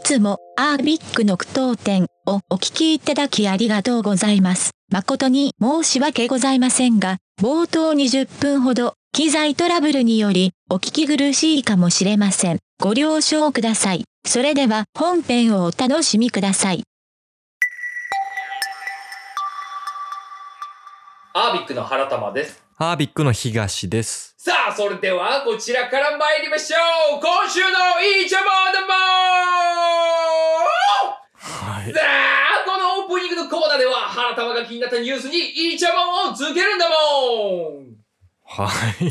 つも、アービックの句読点をお聞きいただきありがとうございます。誠に申し訳ございませんが、冒頭20分ほど、機材トラブルにより、お聞き苦しいかもしれません。ご了承ください。それでは本編をお楽しみください。アービックの原玉です。ハービックの東です。さあ、それではこちらから参りましょう今週のいいジャバーダマーはい。さあ、このオープニングのコーナーでは、原玉が気になったニュースにいいジャバンをつけるんだもはい。ん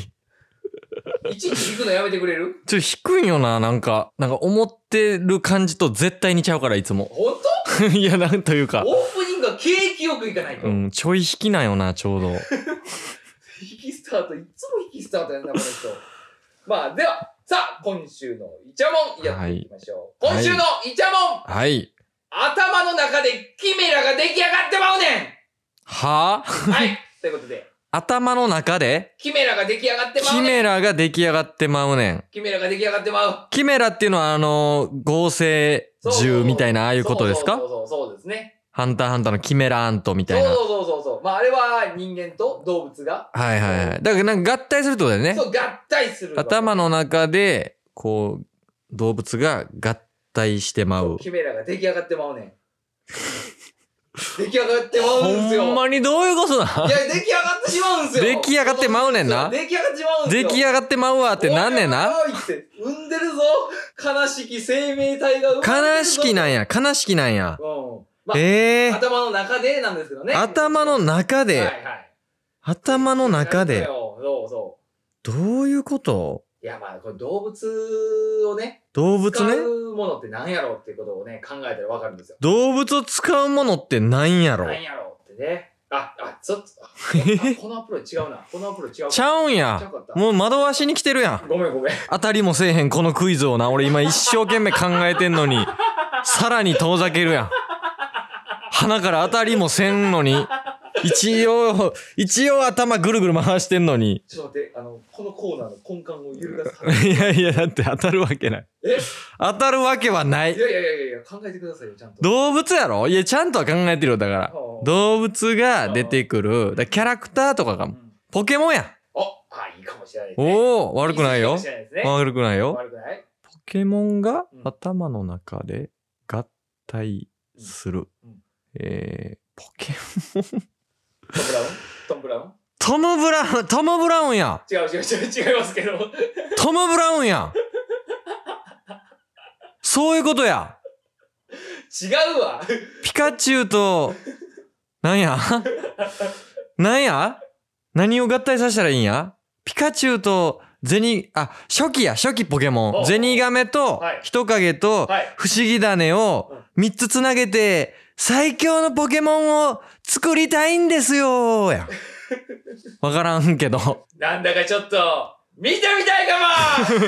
いちいち聞くのやめてくれるちょ、低いんよな、なんか。なんか思ってる感じと絶対にちゃうから、いつも。本 いや、なんという当か。オープニングが景気よくいかないと。うん、ちょい引きなんよな、ちょうど。引きスタート、いつも引きスタートやんな、この人。まあ、では、さあ、今週のイチャモンやっていきましょう。はい今週のイチャモン、はい。頭の中でキメラが出来上がってまうねはぁんはいということで、頭の中で、キメラが出来上がってまキうねんメラが出来上がってまうねん。キメラが出来上がってまう。キメラっていうのは、あの、合成そうそう銃みたいな、ああいうことですそかうそうそうそうですね。ハンターハンターのキメラアントみそうたいな。そうそうそうそう。まあ、あれは人間と動物が、はいはいはい。だから、なんか合体するってことだよねそ。う、合体する。頭の中で、こう、動物が合体してまそうう。キメラが出来上がってまうねん。出来上がってまうんですよ。ほんまにどういうこといだや、出来上がってしまうんですよ。出来上がってまうねんなそう出来上がってしまうんです出よ。来上がってまうわってなんねんなおいおいって産んでるぞ。悲しき生命体が生まれてるぞ悲しきなんや、悲しきなんや。うん。まあ、ええ頭の中でなんですけどね。頭の中はいはで、い。頭の中そうで、そうそどういうことう。いや、まあ、これ動物をね、動物使ね。うものって何やろうっていうことをね、考えたらわかるんですよ。動物を使うものってなんやろ何やろうってね。あ、あ、ちょ っと、ああこのアプローチ違うな。このアプローチ違う。ちゃうんちゃやうかった。もう惑わしに来てるやん。ごめんごめん。当たりもせえへんこのクイズをな。俺今一生懸命考えてんのに、さらに遠ざけるやん。鼻から当たりもせんのに、一応、一応頭ぐるぐる回してんのに。ちょっと待って、あの、このコーナーの根幹を揺るがす。 いやいや、だって当たるわけない。え当たるわけはないい。やいやいやいや、考えてくださいよ、ちゃんと。動物やろいや、ちゃんとは考えてるよ、だから。うん動物が出てくる、だからキャラクターとかがう、んポケモンや。お、あ、いいかもしれないですね。おお悪くないいよいかもし。れないですね。悪くないよ。悪くないポケモンがうん頭の中で合体する。うんうんえー、ポケモン。トム・ブラウントム・ブラウントム・ブラウン、トム・ブラウンや。違う違う違う違いますけど。 トム・ブラウンや。そういうことや。違うわ。ピカチュウと、なんやなんや何を合体させたらいいんやピカチュウとゼニ、あ、初期や、初期ポケモおン。ゼニガメとはい、人影と、はい。不思議種を3つつなげて、最強のポケモンを作りたいんですよ や。わからんけど。なんだかちょっと、見てみたいかも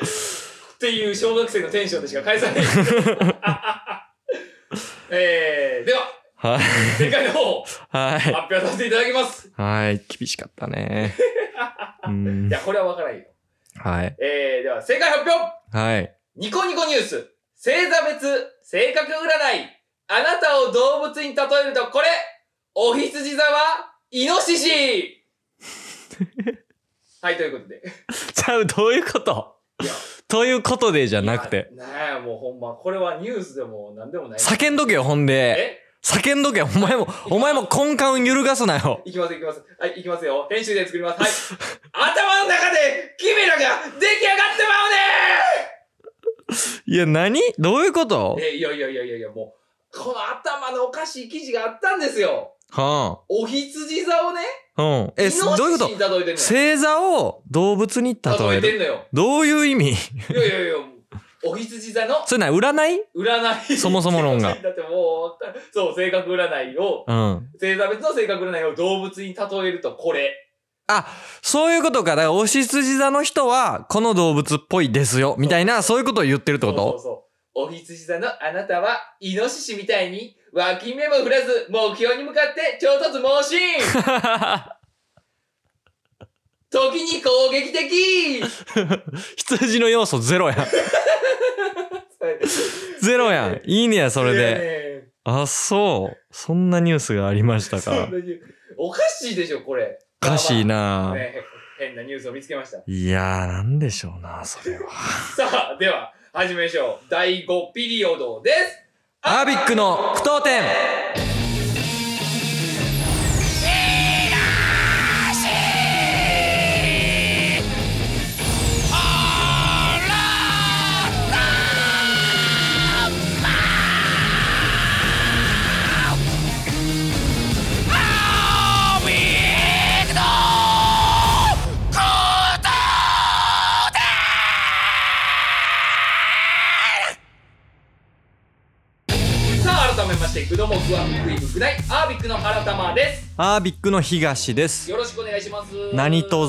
っていう小学生のテンションでしか返さない。 えー、では、はい。正解の方、発はい。表させていただきます。はい。厳しかったね。 うんいや、これはわからんよ。はい。えー、では、正解発表はい。ニコニコニュース、星座別、性格占い、あなたを動物に例えるとこれ、お羊座は、イノシ シはい、ということで。ちゃう、どういうこといやということでじゃなくて。いや。ねえ、もうほんま、これはニュースでも何でもない。叫んどけよ、ほんで。え叫んどけよ、お前も、お前も根幹を揺るがすなよ。いきます、いきます。はい、いきますよ。編集で作ります。はい。頭の中で、キメラが出来上がっていや、何どういうことまうねえ、いやいやいやいやいや、もう、この頭のおかしい記事があったんですよ。はお羊座をね、あ。うん。え、イすノどういうシこシに例えてんとのよ。星座を動物に例え例えてる。んのよ。どういう意味 いやいやいや、もうお羊座のそれな、占い占い。そもそも論が だってもうわかる、そう、性格占いを、うん。星座別の性格占いを動物に例えるとこれ。そういうことか。だから、おしつじ座の人は、この動物っぽいですよ。みたいな、そういうことを言ってるってこそうそうとそう。お羊座のあなたは、イノシシみたいに、脇目も振らず、目標に向かって、調達猛進 時に攻撃的 羊の要素ゼロや。はいゼロやん。いいねや、それいやで。ねあ、そう。そんなニュースがありましたそんな か。ニューおかしいでしょ、これ。おかしまあいなまあね変なニュースを見つけました。いやー、なんでしょうな、それは。さあ、では、始めましょう。第5ピリオドです。アービックの不当点さあ、改めまして、グドモグワクイブグナイ、アービックの原玉です。アービックの東です。よろしくお願いします。何卒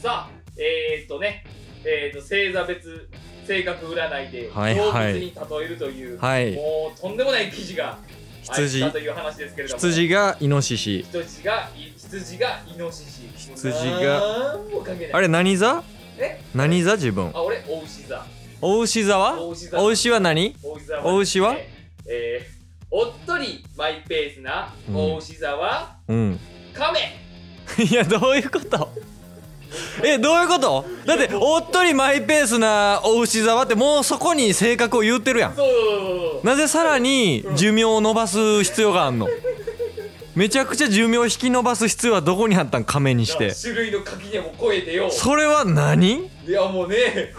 さあ、えー、っとね、えー、っと、星座別性格占いで、はい動は物にい例えるという、はいもうとんでもない記事が羊あったという話ですけれども。羊がイノシシ。羊がい羊がイノシシ羊がなんも関係ないあれ、何座え何座自分。あ俺お牛座お牛座はお牛座お牛は何お牛座お牛はえーおっとりマイペースなうんお牛座はうん。カメ、 いや、どういうこと え、どういうことだって、おっとりマイペースなお牛座はって、もうそこに性格を言ってるやん。そうそうそうそうなぜさらに寿命を伸ばす必要があんのめちゃくちゃ寿命を引き伸ばす必要はどこにあったん亀にして。種類の垣根も超えてよそれは何いやもうね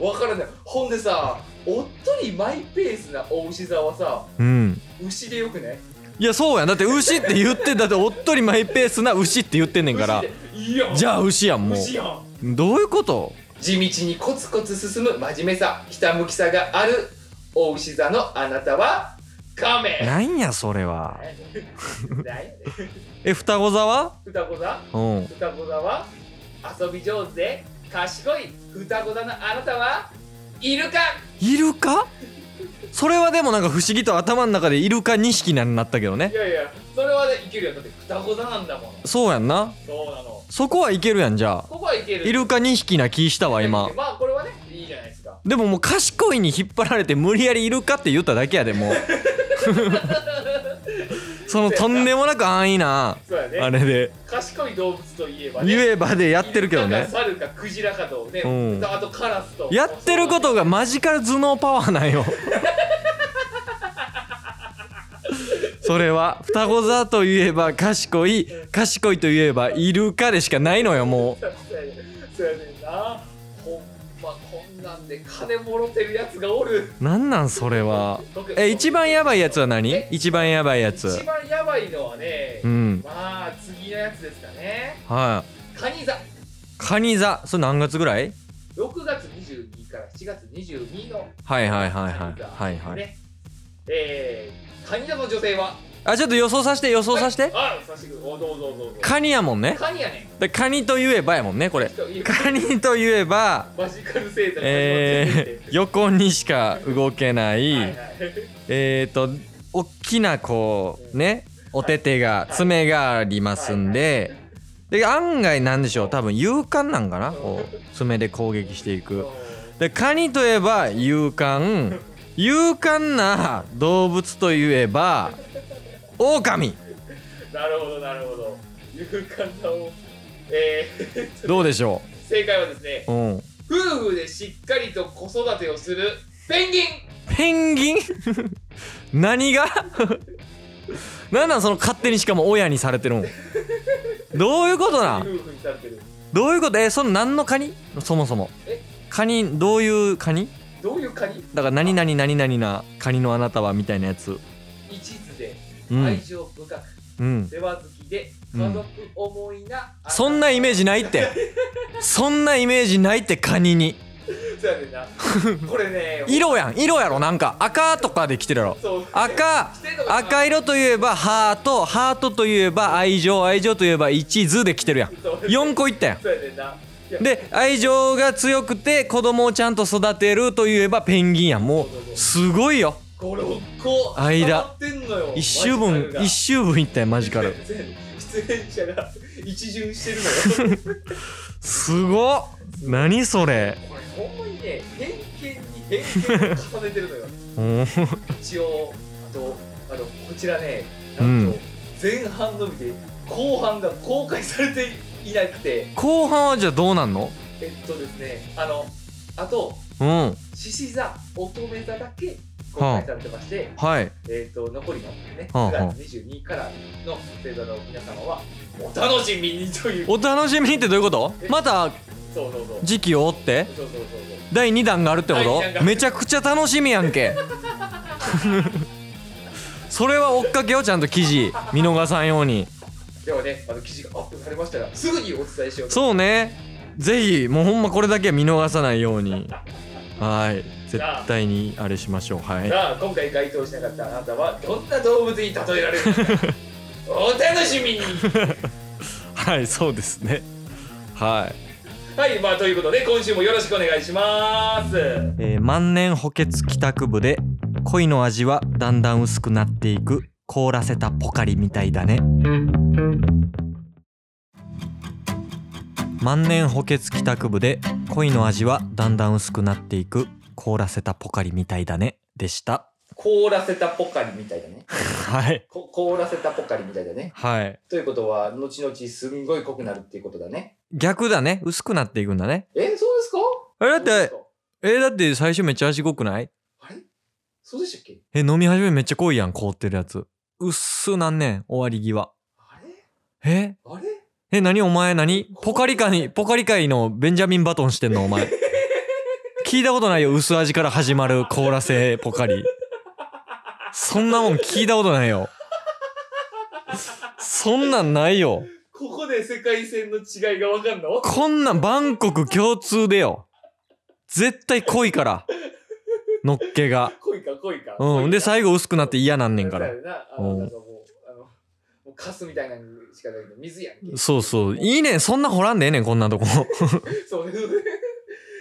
わからないほんでさおっとりマイペースなお牛座はさうん。牛でよくねいや、そうやん。だって牛って言って、だっておっとりマイペースな牛って言ってんねんから牛。でいいやんじゃあ牛やん、も牛やんう。どういうこと地道にコツコツ進む真面目さひたむきさがあるお牛座のあなたはカメなんや、それは。何え、双子座は双子座うん。双子座は遊び上手で賢い双子座のあなたはイルカイルカそれはでもなんか不思議と頭の中でイルカ2匹なんなったけどいねやいやそれはねいけるよだって双子座なんだもんそうやんなそうなのそこはいけるやんじゃあここはいけるイルカ2匹な気したわ今まあこれはねいいじゃないですかでももう賢いに引っ張られて無理やりイルカって言っただけやでもうそのとんでもなく安易なそうやねあれで賢い動物といえばね言えばでやってるけどイルねカか猿かクジラかとね、うんあとカラスとやってることがマジカル頭脳パワーなんよそれは双子座といえば賢い賢いといえばイルカでしかないのよもうそうやねそうやねんなほんまこんなんで金もろてるやつがおるなんなんそれはえ一番やばいやつは何え一番やばいやつ一番やばいのはね、うんまあ次のやつですかねはいカニ座カニ座それ何月ぐらい6月22から7月22のはいはいはいカはニい座はいはいねえー、カニ座の女性はあちょっと予想させて予想させてあさしてくおどうぞどうぞどうぞカニやもんねカニやねでカニといえばやもんねこれんというカニといえばマジカル星座にえー、横にしか動けない、はいはいえー、と大きなこうねお手手が爪がありますんでで案外なんでしょう多分勇敢なんかなこう爪で攻撃していくでカニといえば勇敢勇敢な動物といえば狼なるほどなるほど勇敢さをえー、どうでしょ正解はですねう、うん、夫婦でしっかりと子育てをするペンギンペンギン 何がなんなんその勝手にしかも親にされてるんどういうことなん夫婦にされてるどういうことえその何のカニそもそもえカニどういうカニどういうカニだから何々何々なカニのあなたはみたいなやつ一途でうん愛情深く、うん世話好きで家族思いな、そんなイメージないってそんなイメージないってカニにそうやねん なこれね色やん色やろなんか赤とかで来てるやろそう赤赤色といえばハートハートといえば愛情愛情といえば一途で来てるやんそう4個いったやんそうやねんないやで愛情が強くて子供をちゃんと育てるといえばペンギンやんもうすごいよこれ6個間溜まってんのよ一周マジ分カルが一周分いったよマジカル全然出演者が一巡してるのよすごっ何それこれほんまにね偏見に偏研究を重ねてるの ようん一応あとあのこちらねなんと前半のみで後半が公開されていなくて後半はじゃあどうなんのえっとですねあのあとうん獅子座乙女座だけ公開されてまして、はいえっと残りのねはあ9月22からの星座の皆様はお楽しみにというお楽しみにってどういうことまたそうそうそう時期を追ってそうそうそうそう第2弾があるってこ第二弾がとめちゃくちゃ楽しみやんけそれは追っかけよちゃんと記事見逃さんようにではね、あの記事がアップされましたら、すぐにお伝えしようと。そうねぜひもうほんまこれだけは見逃さないようにはい絶対にあれしましょうはいさあ、今回該当しなかったあなたは、どんな動物に例えられるのか。お楽し みに。はいそうですねはい、はい、まあ、ということで、今週もよろしくお願いします。えー万年補欠帰宅部で恋の味はだんだん薄くなっていく凍らせたポカリみたいだね万年補欠帰宅部で恋の味はだんだん薄くなっていく凍らせたポカリみたいだねでした凍らせたポカリみたいだね。はいこ凍らせたポカリみたいだね。はいということは、後々すんごい濃くなるっていうことだね。逆だね薄くなっていくんだねえ、そうですかあれだっそうですてかえだって最初めっちゃ味濃くないあれそうでしたっけえ飲み始めめっちゃ濃いやん凍ってるやつうっすなんねん終わり際あれえあれえ、何お前何ポカリ界、ポカリ界のベンジャミンバトンしてんのお前。聞いたことないよ。薄味から始まる凍らせポカリ。そんなもん聞いたことないよ。そんなんないよ。ここで世界線の違いがわかんの こんなんバンコク共通でよ。絶対濃いから。のっけが。濃いか濃いか。濃いうん。かで、最後薄くなって嫌なんねんからそう。やなあのうんなんかもうあのもうカスみたいなのしかないけど水やんけ。そうそう。いいねん。そんな掘らんでええねん、こんなとこ。そう ね。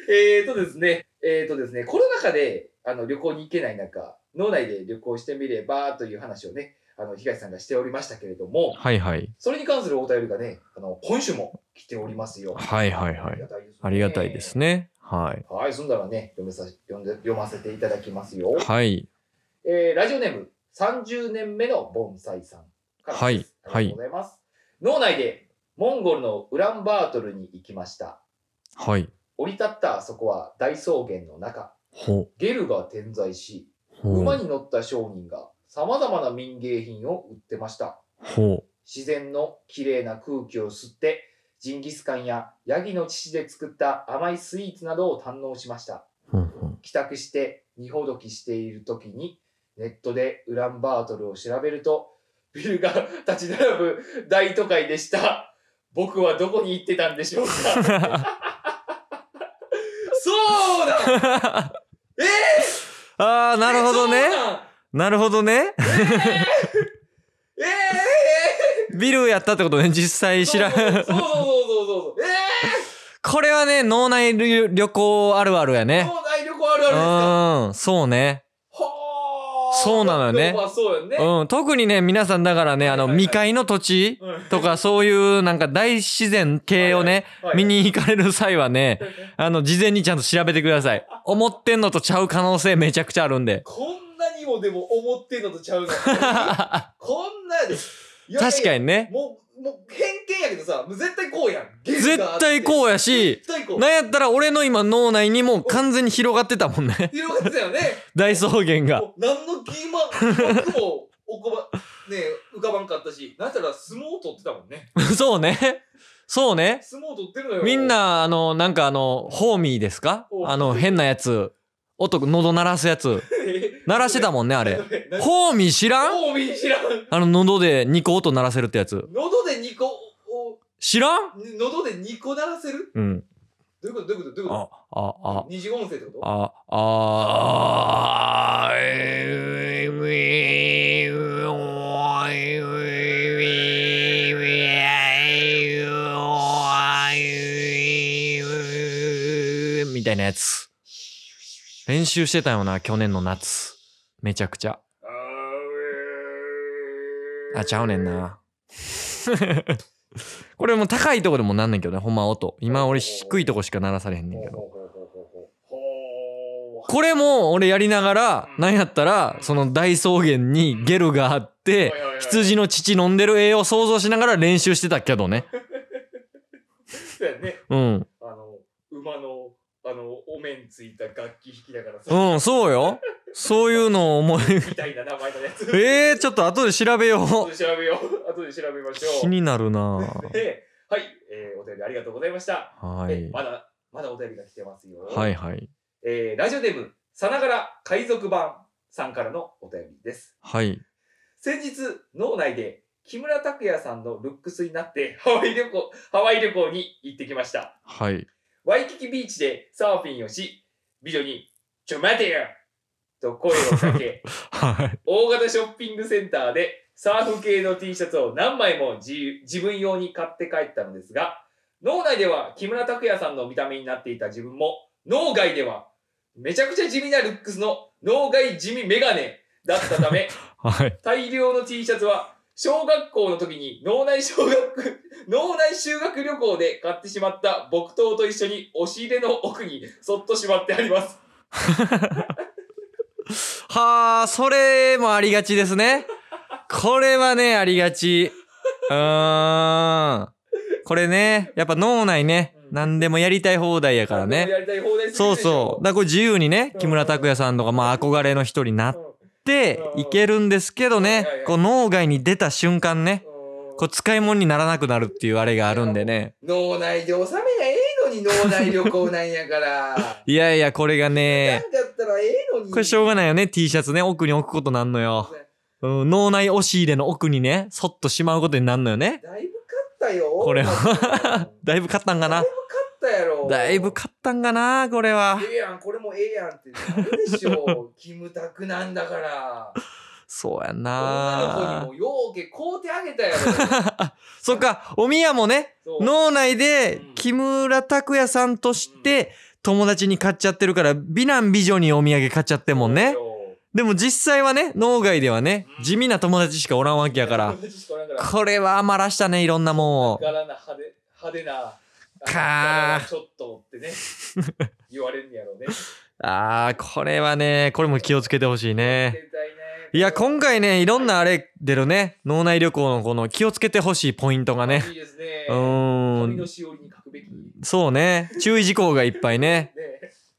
えーとですね、えーとですね、コロナ禍であの旅行に行けない中、脳内で旅行してみればという話をね、あの東さんがしておりましたけれども、はいはい。それに関するお便りがね、あの今週も来ておりますよ。はいはいはたいいですねありがたいです。ね。はい。はい、そんならね、読めさ読んで読ませていただきますよ。はい。えーラジオネーム30年目の盆栽さんからです。はいありがとうございます。脳内でモンゴルのウランバートルに行きました。はい。降り立ったそこは大草原の中。ほゲルが点在し、ほ馬に乗った商人が様々な民芸品を売ってました。ほ自然の綺麗な空気を吸って、ジンギスカンやヤギの乳で作った甘いスイーツなどを堪能しました。うほうほう帰宅して荷ほどきしている時にネットでウランバートルを調べるとビルが立ち並ぶ大都会でした僕はどこに行ってたんでし ょうかそうだ えああー、なるほどえそうねなんなるほどね えビルやったってことね実際ー、知らんそうそうそうそうそうそうそうこれはね脳内旅旅行あるあるやえー、ね脳内旅行あるあるでうすかんそうねほーそうなのよねでもまあそうよね、うん特にね皆さんだからねあのはいはいはい未開の土地うんとかそういうなんか大自然系をねはいはい見に行かれる際はねあの事前にちゃんと調べてください思ってんのとちゃう可能性めちゃくちゃあるんでこんなにもでも思ってんのと ちゃうの確こんなでかにねもう、もう偏見やけどさ、もう絶対こうやん。絶対う。こうやし絶対こう。なんやったら俺の今脳内にもう完全に広がってたもんね。広がってたよね。 大草原が。もう何の疑惑もおこば、 ねえ浮かばんかったし、なんやったら相撲を取ってたもんね。 そうね。そうね。相撲を取ってるのよ。みん。 な、あの、なんかあの、ホーミーですかおあの、変なやつ。音、喉鳴らすやつ。鳴らしてたもん、もんね、あれ。れホーミー知らんほうみ知らん。あの、喉で2個音鳴らせるってやつ。喉で2個を、知らん喉で2個鳴らせるうん。どういうことどういうことどういうこあ、あ、あと、二次音声ってことあ、あ、えーえーえーえーえーみたいなやつ。練習してたよな、去年の夏。めちゃくちゃ。あ、ちゃうねん。な。 これもう高いとこでもなんねんけどね、ほんま音。今俺低いとこしか鳴らされへんねんけど。ほうほうほうほうほうほうこれも俺やりながら、うんなんやったら、その大草原にゲルがあっておいおいおい、羊の乳飲んでる絵を想像しながら練習してたけどね。そうやね。うん。あの、馬の、あの、お面ついた楽器弾きだからさ、うん、そうよ。そういうのを思 い、みたいな名前のや つ。えー、ちょっと後で調べよ後う。で調べよう。後で調べまし気ょう。になるな で、はい、えーお便りありがとうございました。はえい。まだ、まだお便りが来てますよ。はいはい。えーラジオネーム、さながら海賊版さんからのお便りです。はい。先日、脳内で木村拓哉さんのルックスになってハワイ旅行、ハワイ旅行に行ってきました。はい。ワイキキビーチでサーフィンをし、美女に、ちょ待てよと声をかけ、はい。大型ショッピングセンターでサーフ系の T シャツを何枚も自由自分用に買って帰ったのですが、脳内では木村拓哉さんの見た目になっていた自分も、脳外ではめちゃくちゃ地味なルックスの脳外地味メガネだったため、はい。大量の T シャツは小学校の時に脳内小学 脳内修学旅行で買ってしまった木刀と一緒に押し入れの奥にそっとしまってありますはあ、それもありがちですね。これはね、ありがち。うーん。これね、やっぱ脳内ねう、ん何でもやりたい放題やから何でもね。やりたい放題すぎそるうでしそょう。だからこれ自由にねう、ん木村拓哉さんとか、まあ憧れの人になっうてうんいけるんですけどねはいはいはい、こう脳外に出た瞬間ね、んうんこう使い物にならなくなるっていうあれがあるんでね。脳内で収めりゃええのに脳内旅行なんやからいやいや、これが ね、なんだったらええのにこれしょうがないよね、T シャツね、奥に置くことなんのよ。うん、脳内押し入れの奥にね、そっとしまうことになるのよね。だいぶ勝ったよこれはだいぶ勝ったんかな だいぶ。勝ったやろだいぶ勝ったんかな、これは。ええやんこれもええやんってなるでしょキムタクなんだからそうやん女のな子。にもようけ買うてあげたやろ そっか、おみやもね、そう脳内でうん木村拓哉さんとして友達に買っちゃってるから、美男美女にお土産買っちゃってんもんね。でも実際はね、脳外ではねう、ん地味な友達しかおらんわけやから。かこれは余らしたね、いろんなもんを。らな派手派手なかーあのちょっとって ね言われんやろうねあー、これはね、これも気をつけてほしいね。絶対ねいや、今回ね、いろんなあれ出るね、脳内旅行のこの気をつけてほしいポイントがね。いいですねう紙ーのん。しおりに書くべきねそうね、注意事項がいっぱいね、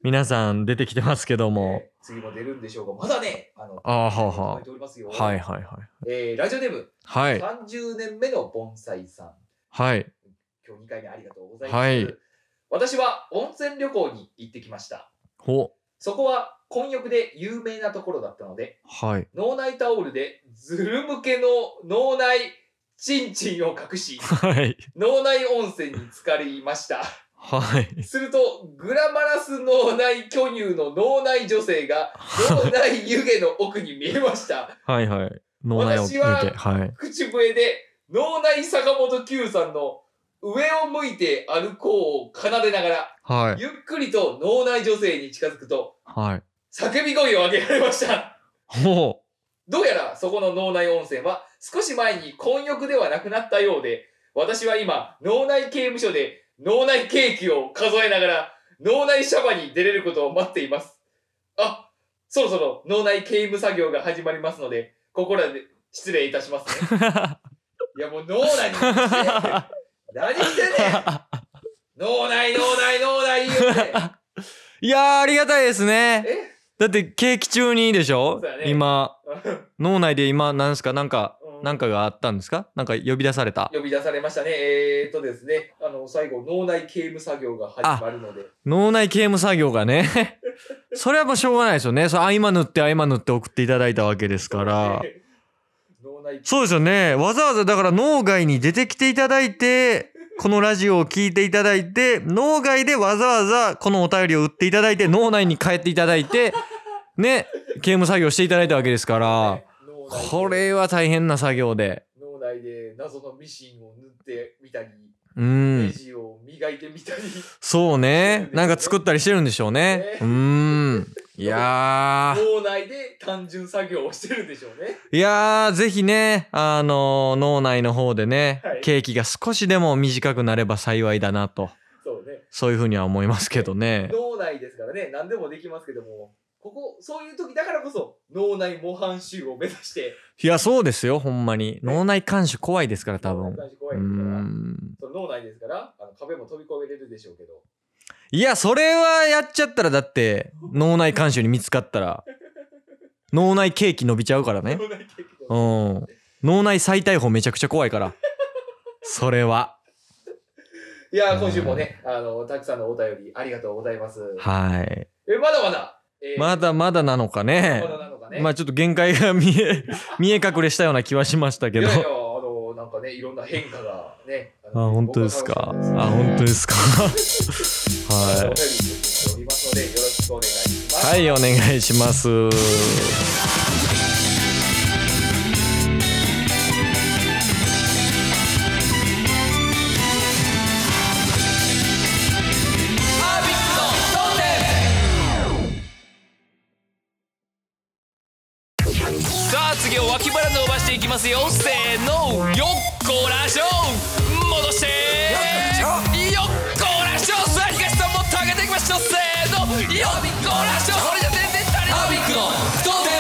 皆さん出てきてますけども。ね次も出るんでしょうがまだねあのあーはー書はいておりますよー。はいはいえーラジオネームはい。はい。 30年目の盆栽さんはい。今日2回目ありがとうございます、はい私は温泉旅行に行ってきましたほ。そこは混浴で有名なところだったので、はい。脳内タオルでズル向けの脳内チンチンを隠し、はい。脳内温泉に浸かりました。はい。すると、グラマラス脳内巨乳の脳内女性が脳内湯気の奥に見えました。はいはい。脳内を抜私はけ。はい。口笛で脳内坂本九さんの上を向いて歩こうを奏でながら、はい。ゆっくりと脳内女性に近づくと、はい。叫び声を上げられました。ほどうやらそこの脳内温泉は少し前に混浴ではなくなったようで、私は今、脳内刑務所で脳内刑期を数えながら、脳内シャバに出れることを待っています。あ、そろそろ脳内刑務作業が始まりますので、ここらで失礼いたしますね。う。いやもう脳内にして、何してんねん脳内、脳内、脳内言うて。いやー、ありがたいですね。えだって、景気中にでしょ、そうだね 今、脳内で今、なんすか、なんか、なんかかがあったんですかなんか呼び出された。呼び出されましたね。えー、っとですね、あの、最後、脳内刑務作業が始まるので。脳内刑務作業 がね。それはもうしょうがないですよね。それ合間塗って合間塗って送っていただいたわけですから。脳内そうですよね。わざわざだから脳外に出てきていただいて、このラジオを聞いていただいて、脳外でわざわざこのお便りを売っていただいて、脳内に帰っていただいて、ね、刑務作業していただいたわけですから、脳内でこれは大変な作業で。脳内で謎のミシンを縫ってみたり、うネん。ジを磨いてみたり、そうね。なんか作ったりしてるんでしょうねね。うーん。いやー。脳内で単純作業をしてるでしょうね。 いやー、ぜひね、あのー脳内の方でね、はいケーキが少しでも短くなれば幸いだなと。そうね。そういうふうには思いますけどね。脳内ですからね、何でもできますけども、ここ、そういう時だからこそ、脳内模範集を目指して、いや、そうですよ、ほんまに。脳内監視怖いですから、多分。脳内監視怖ういーですからん。その脳内ですから、あの壁も飛び越えれるでしょうけど、いや、それはやっちゃったら、だって、脳内監視に見つかったら、脳内ケーキ伸びちゃうからね。脳内結構うん。脳内再逮捕めちゃくちゃ怖いから。それは。いやー、今週もね、あの、たくさんのお便りありがとうございます。はい。え、まだまだ、えーまだまだなのかねま。だなのかね。まあちょっと限界が見え、見え隠れしたような気はしましたけど。いやいや、あ、あの、なんかね、いろんな変化がね。あの本当ですか。あ、僕は楽し本当ですか。 みですお便り受け付けておはりますので、よろしくお願いします。い。はい、お願いします。さあ次は脇腹伸ばしていきますよせーのよっこらしょ戻してよっこらしょさあ東さんもっと上げていきましょうせーのよっこらしょこれじゃ全然足りないアビックの当店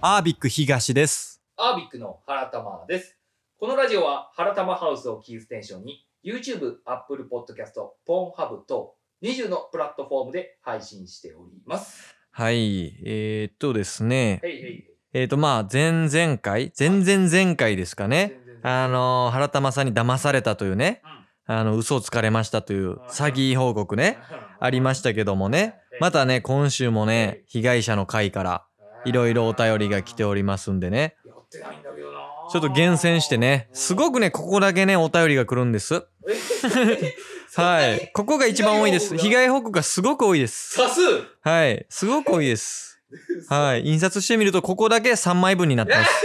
アービック東です。アービックの原玉です。このラジオは原玉ハウスをキーステンションに YouTube、Apple Podcast、PornHub と20のプラットフォームで配信しております。はい。えー、っとですね。へいへい。えー、っと、まあ、前々回、前々前回ですかね。全然あのー原玉さんに騙されたというね。あの、嘘をつかれましたという詐欺報告ね。ありましたけどもね。またね、今週もね、被害者の会から、いろいろお便りが来ておりますんでね。やってないんだけどなちょっと厳選してね。すごくね、ここだけね、お便りが来るんです。 ははいい。ここが一番多いです。被被害害報告がすごく多いです。多数はい。すごく多い です。はい。印刷してみると、ここだけ3枚分になってます。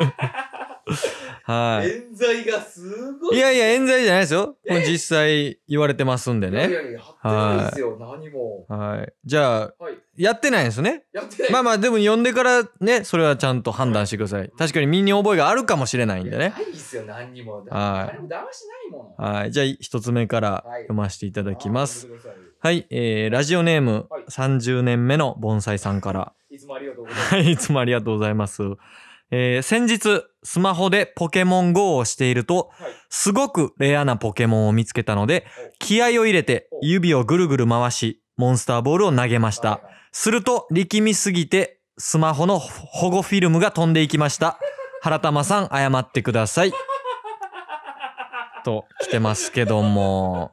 はい。冤罪がすごいいやいや、冤罪じゃないですよ。これ実際言われてますんでいやいね。やいややってないですよ何もはい。じゃあ、はいやってないんですね。やってないまあまあ、でも読んでからね、それはちゃんと判断してください。確かに身に覚えがあるかもしれないんでねや。ないですよ何にもはい誰も騙しないもんはい。じゃあ、一つ目から読ませていたいだきます。いはい。えー、ラジオネームはい30年目の盆栽さんから。つもありがとうございますはい。いつもありがとうございます。えー、先日、スマホでポケモン GO をしていると、はいすごくレアなポケモンを見つけたので、気合を入れて指をぐるぐる回し、モンスターボールを投げました。 すると力みすぎてスマホの保護フィルムが飛んでいきました。原玉さん謝ってください。と来てますけ ども。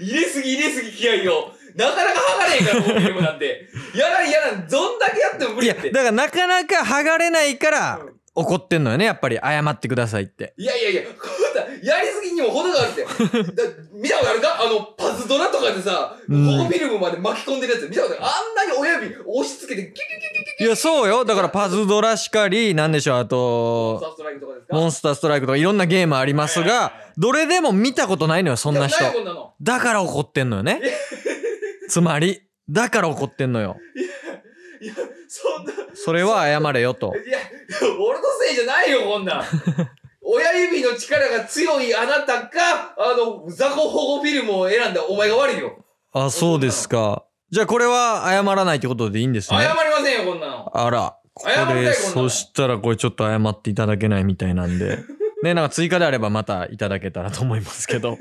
入れすぎ入れすぎ気合をなかなか剥がれへんからこのゲームなんてやらんやらんどんだけやっても無い理や、っだてからなかなか剥がれないからうん怒ってんのよね。やっぱり謝ってくださいって。いやいやいや、こんなやりすぎにも程があるって。だ見たことあるかあの、パズドラとかでさ、うホんーフィルムまで巻き込んでるやつ見たことあるあんなに親指押し付けて、キュキュキュキュキいや、そうよ。だからパズドラしかり、なんでしょう、あュと、サストライクとかですかモンスターストライクとかいろんなゲームありますが、どれでも見たことないのよ、そんない人や。いもんなの。だから怒ってんのよね。つまり、だから怒ってんのよ。いや、そんな、いそれは謝れよと。や、俺のせいじゃないよ、こんなん。親指の力が強いあなたが、あの、雑魚保護フィルムを選んだお前が悪いよ。あ、そうですか。じゃあこれは謝らないってことでいいんです謝りね。ませんよ、こんなの。あら。こ謝りたいこんなれ、のそしたらこれちょっと謝っていただけないみたいなんで。ね、なんか追加であればまたいただけたらと思いますけど。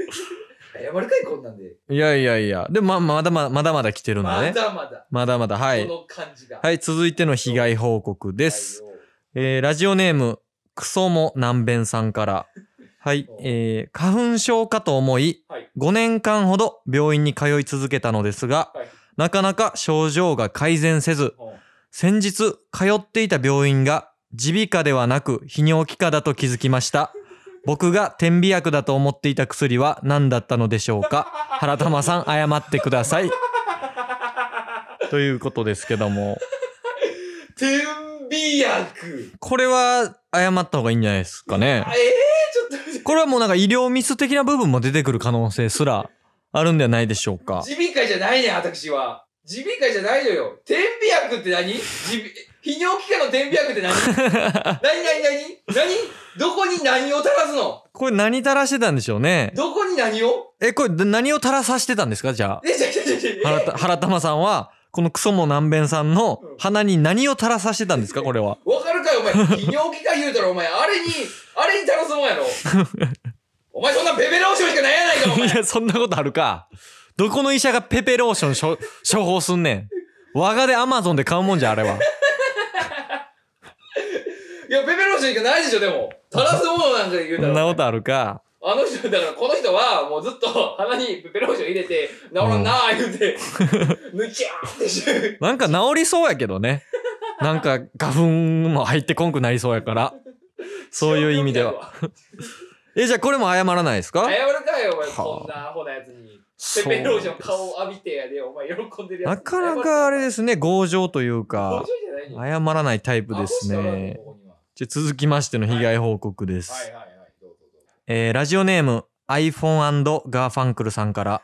謝るかい、こんなんで。いやいやいや。でもま、まだまだ、まだまだ来てるんまでね。だまだ。まだまだ、はいこ。の感じが。はい、続いての被害報告です。はいよえー、ラジオネーム、クソも南弁さんから。はい、えー、花粉症かと思いはい、 5年間ほど病院に通い続けたのですが、はいなかなか症状が改善せず、うん先日通っていた病院が耳鼻科ではなく泌尿器科だと気づきました。僕が点鼻薬だと思っていた薬は何だったのでしょう か原玉さん謝ってください。ということですけども、天美薬これは謝った方がいいんじゃないですかねあ。ええちょっと待ってこれはもうなんか医療ミス的な部分も出てくる可能性すらあるんではないでしょうか。耳鼻科医じゃないねん私は耳鼻科医じゃないのよ天美薬って何耳鼻泌尿器科の点鼻薬って何何何何何どこに何を垂らすのこれ何垂らしてたんでしょうね。どこに何をえ、これ何を垂らさしてたんですかじゃあ。え、ちょちょちょちょえ原田原玉さんは、このクソも南弁さんのうん鼻に何を垂らさしてたんですかこれは。 わかるかよ、お前。泌尿器科言うたら、お前、あれに、あれに垂らすもんやろ。お前、そんなベベローションしかないやないか、おい前。や、そんなことあるか。どこの医者がペペローションしょ処方すんねん。我がでアマゾンで買うもんじゃ、あれは。いや、ベベローションしかないでしょ、でも。垂らすものなんか言うそたんなら。ことあるか。あの人、だから、この人は、もうずっと鼻にベベローション入れて、治らんなー言うて、ぬきゃーってして。なんか治りそうやけ どね。なんか花粉も入ってこんくなりそうやから。そういう意味では。。え、じゃあこれも謝らないですか謝るかよ、お前、はあこんなアホなやつに。そうペペローション顔浴びてやで、お前、喜んでるやなつ。かなかあれでですね、強情というか、す謝らないタイプですね。じゃあ続きましての被害報告です。はいはいはい、どうぞどうぞ。えーラジオネーム iPhone& ガーファンクルさんから。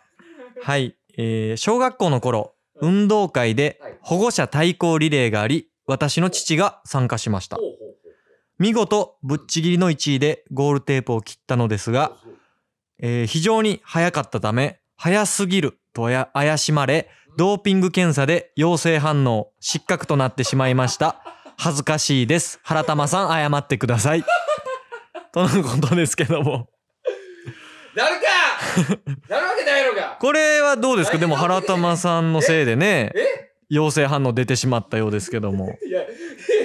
はい、えー小学校の頃、運動会で保護者対抗リレーがあり、私の父が参加しましたほ。うほうほう。見事、ぶっちぎりの1位でゴールテープを切ったのですが、えー非常に早かったため、早すぎるとや怪しまれ、ドーピング検査で陽性反応、失格となってしまいました。恥ずかしいです。原玉さん、謝ってください。 とのことですけども。なるかなるわけないやろがこれはどうですかでも原玉さんのせいでね、え陽性反応出てしまったようですけども。いや、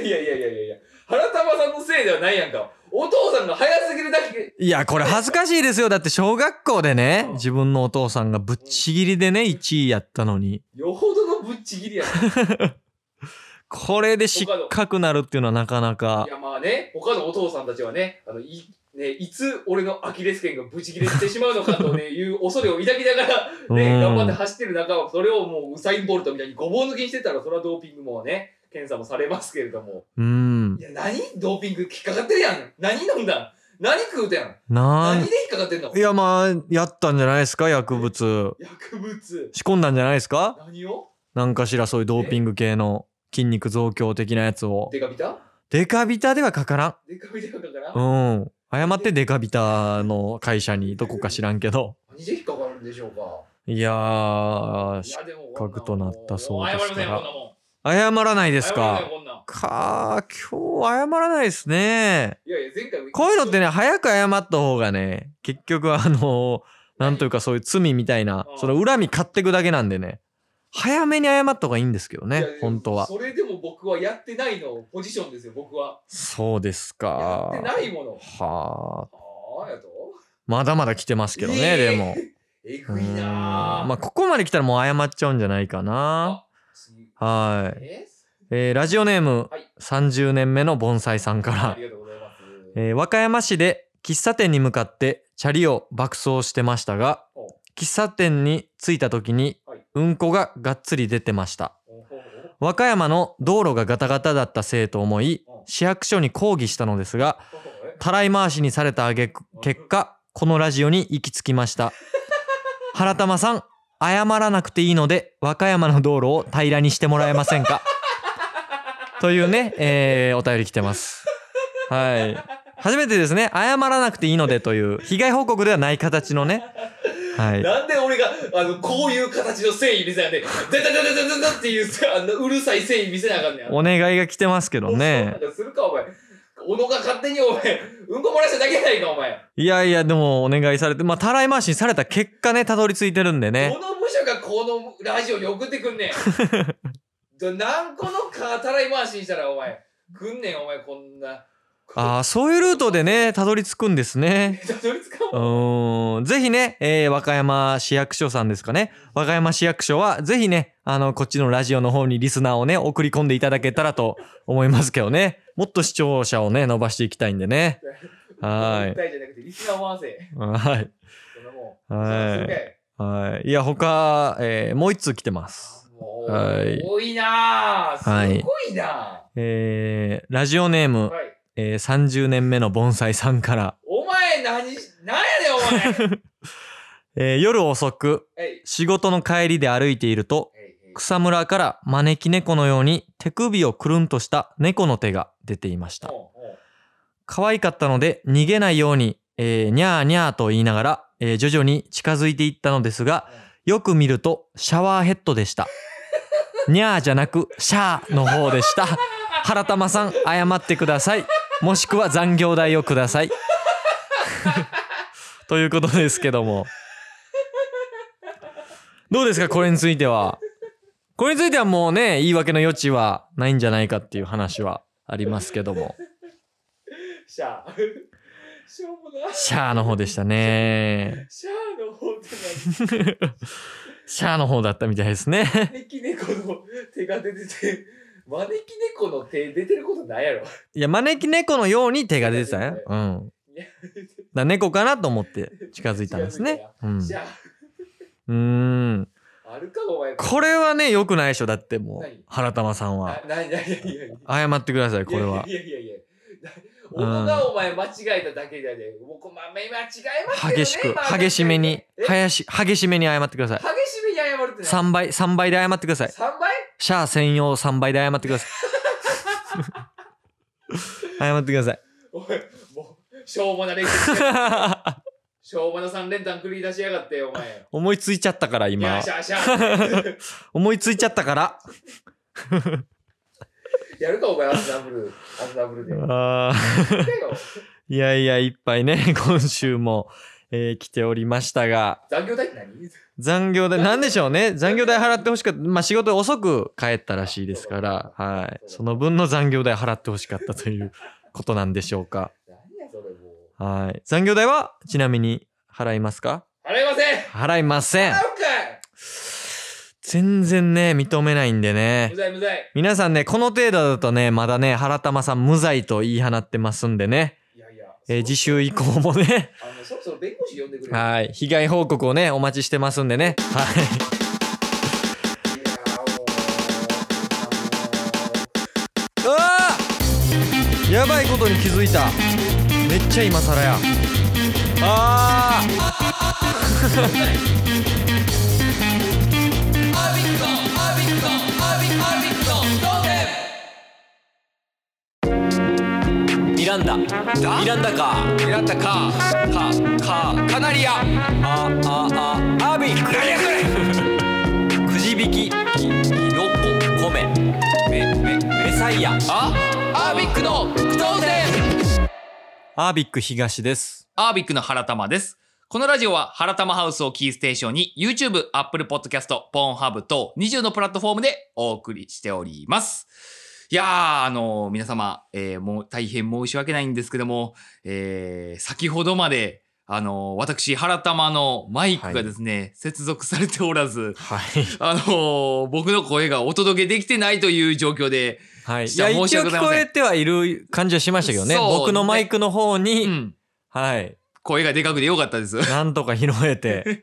いやいやいやいやいや原玉さんのせいではないやんか。お父さんが早すぎるだけ。いや、これ恥ずかしいですよ。だって小学校でねうん、自分のお父さんがぶっちぎりでね、1位やったのに。よほどのぶっちぎりやな。これで失格なるっていうのはなかなかい。やまあね、他のお父さんたちはね、あの、い、ね、いつ俺のアキレス腱がぶち切れてしまうのかと ね、いう恐れを抱きながら、うね、ん頑張って走ってる中、それをもうウサイン・ボルトみたいにごぼう抜きにしてたら、それはドーピングもね、検査もされますけれども。うんい。や、何ドーピング引っかかってるやん。何飲んだん何食うてやん。な何んで、引っかかってんのいやまあ、やったんじゃないですか、薬物。薬物。仕込んだんじゃないですか何をなんかしらそういうドーピング系の筋肉増強的なやつを。デカビタデカビタではかからデカビタだから、ん。うん。謝ってデカビタの会社にどこか知らんけど。何で引っかかるんでしょうかいやー、いやでも格となったそうでですすかからら謝らないです謝りませんかこんなんかー、今日謝らないですね。いやいや前回もこういうのってね、早く謝った方がね、結局あのなんというかそういう罪みたいなうん、その恨み買ってくだけなんでね、早めに謝った方がいいんですけどいねやいや、本当は。それでも僕はやってないのポジションですよ僕はそうですやかって。ないものはあ。ああやとまだまだ来てますけどね、いいでも。えぐういんなまあ、ここまで来たらもう謝っちゃうんじゃないかな。次はい。ええーラジオネームはい30年目の盆栽さんかあらり、がとうございますえー和歌山市で喫茶店に向かってチャリを爆走してましたがお、喫茶店に着いた時にはいうんこががっつり出てました。おほほ和歌山の道路がガタガタだったせいと思いお、市役所に抗議したのですが、ほほえたらい回しにされた挙句結果このラジオに行き着きました原玉さん謝らなくていいので和歌山の道路を平らにしてもらえませんかというね、えーお便り来てますはい初めてですね謝らなくていいのでという被害報告ではない形のねはいなんで俺が、あの、こういう形の繊維見せなあかんねん。ダダダダダダダっていう、あの、うるさい繊維見せなあかんねん。お願いが来てますけどねなんかするか、お前。小野が勝手に、お前、うんこ漏らしただけやないか、お前。いやいやでもお願いされてまあたらい回しにされた結果ねたどり着いてるんでねこの部署がこのラジオに送ってくんねん。ど何個のかたらい回しにしたら、お前。くんねん、お前、こんな。ああそういうルートでねたどり着くんですねたどり着かんうーんぜひね、えー和歌山市役所さんですかね。和歌山市役所は、ぜひね、あの、こっちのラジオの方にリスナーをね、送り込んでいただけたらと思いますけどね。もっと視聴者をね、伸ばしていきたいんでね。は訴い。えじゃなくて、リスナーも合わせ。はい。そんなもん。はいそんなするかいはい。いや、他、えーもう一通来てます。もう、はい多いなあすはいごいなえーラジオネーあム、はい。えー30年目の盆栽さんから、お前何し、何や ねん、お前。えー夜遅く、はい仕事の帰りで歩いていると、はいはい草むらから招き猫のように手首をくるんとした猫の手が出ていました。可愛かったので逃げないように、えーにゃーにゃーと言いながら、えー徐々に近づいていったのですが、よく見るとシャワーヘッドでした。にゃーじゃなくシャーの方でした。原玉さん、謝ってください。もしくは残業代をください。 ということですけども。どうですかこれについては。これについてはもうね、言い訳の余地はないんじゃないかっていう話はありますけども。シャア。 しょうもな。シャアの方でしたね。シャアの方って何シャアの方だったみたいですね。 招き猫の手が出てて、招き猫の手出てることないやろ。いや、招き猫のように手が出てたね。うん。いやだ猫かなと思って近づいたんですね。 うん。シャうーん。ア、あるかお前。これはね、良くないでしょ。だってもう何、原玉さんはあ。なになになになに謝ってください、これは。いやいやいやいや。小野がお前間違えただけじゃねえ。僕、まあ、間違えましたけどね。激しくま、あ激しめに、えはやし、激しめに謝ってください激。しめに謝るって何3倍、3倍で謝ってください。三倍シャア専用3倍で謝ってくださ い。謝ってください。おい、もう、しょうもな連弾。 しょうもな三連単繰り出しやがって、お前。思いついちゃったから、いや、今シ。ャーシ ャー。思いついちゃったから。やるか、お前、アズナブル。アズナ ブルで。やあーるかよいやいや、いっぱいね、 今週も、えー来ておりましたが、残業代って何残業代、なんでしょうね。残業代払ってほしかった。まあ、仕事遅く帰ったらしいですから、はい。その分の残業代払ってほしかったということなんでしょうか。何や、それもう。はい。残業代は、ちなみに、払いますか払いません払いません払。うか全然ね、認めないんでい無ね。罪無罪。皆さんね、この程度だとね、まだね、原玉さん無罪と言い放ってますんでね、いやいや。えー次週以降もね、あの、そろそろ弁護士呼んでくれ。いやはい。被害報告をね、お待ちしてますんでね。はい。ーもうあーやばいことに気づいためっちゃ今更やあミランダミランダかミランダかかかカナリアあああアビクラリアくじ引きききのこ米めめメサイヤあアービックのクトーーアービック東ですアービックの原玉です。このラジオは原玉ハウスをキーステーションに YouTube、Apple Podcast、PornHub と20のプラットフォームでお送りしております。いやー、あのー皆様、えーもう大変申し訳ないんですけども、えー先ほどまで、あのー私、原玉のマイクがですね、接続されておらず、はい、あのー僕の声がお届けできてないという状況で、はい、いじゃあや一応申し訳ござ聞いまこせんえてはいる感じはしましたけどねそう僕のマイクの方に、うん、はい声がでかくてよかったです。 なんとか拾えて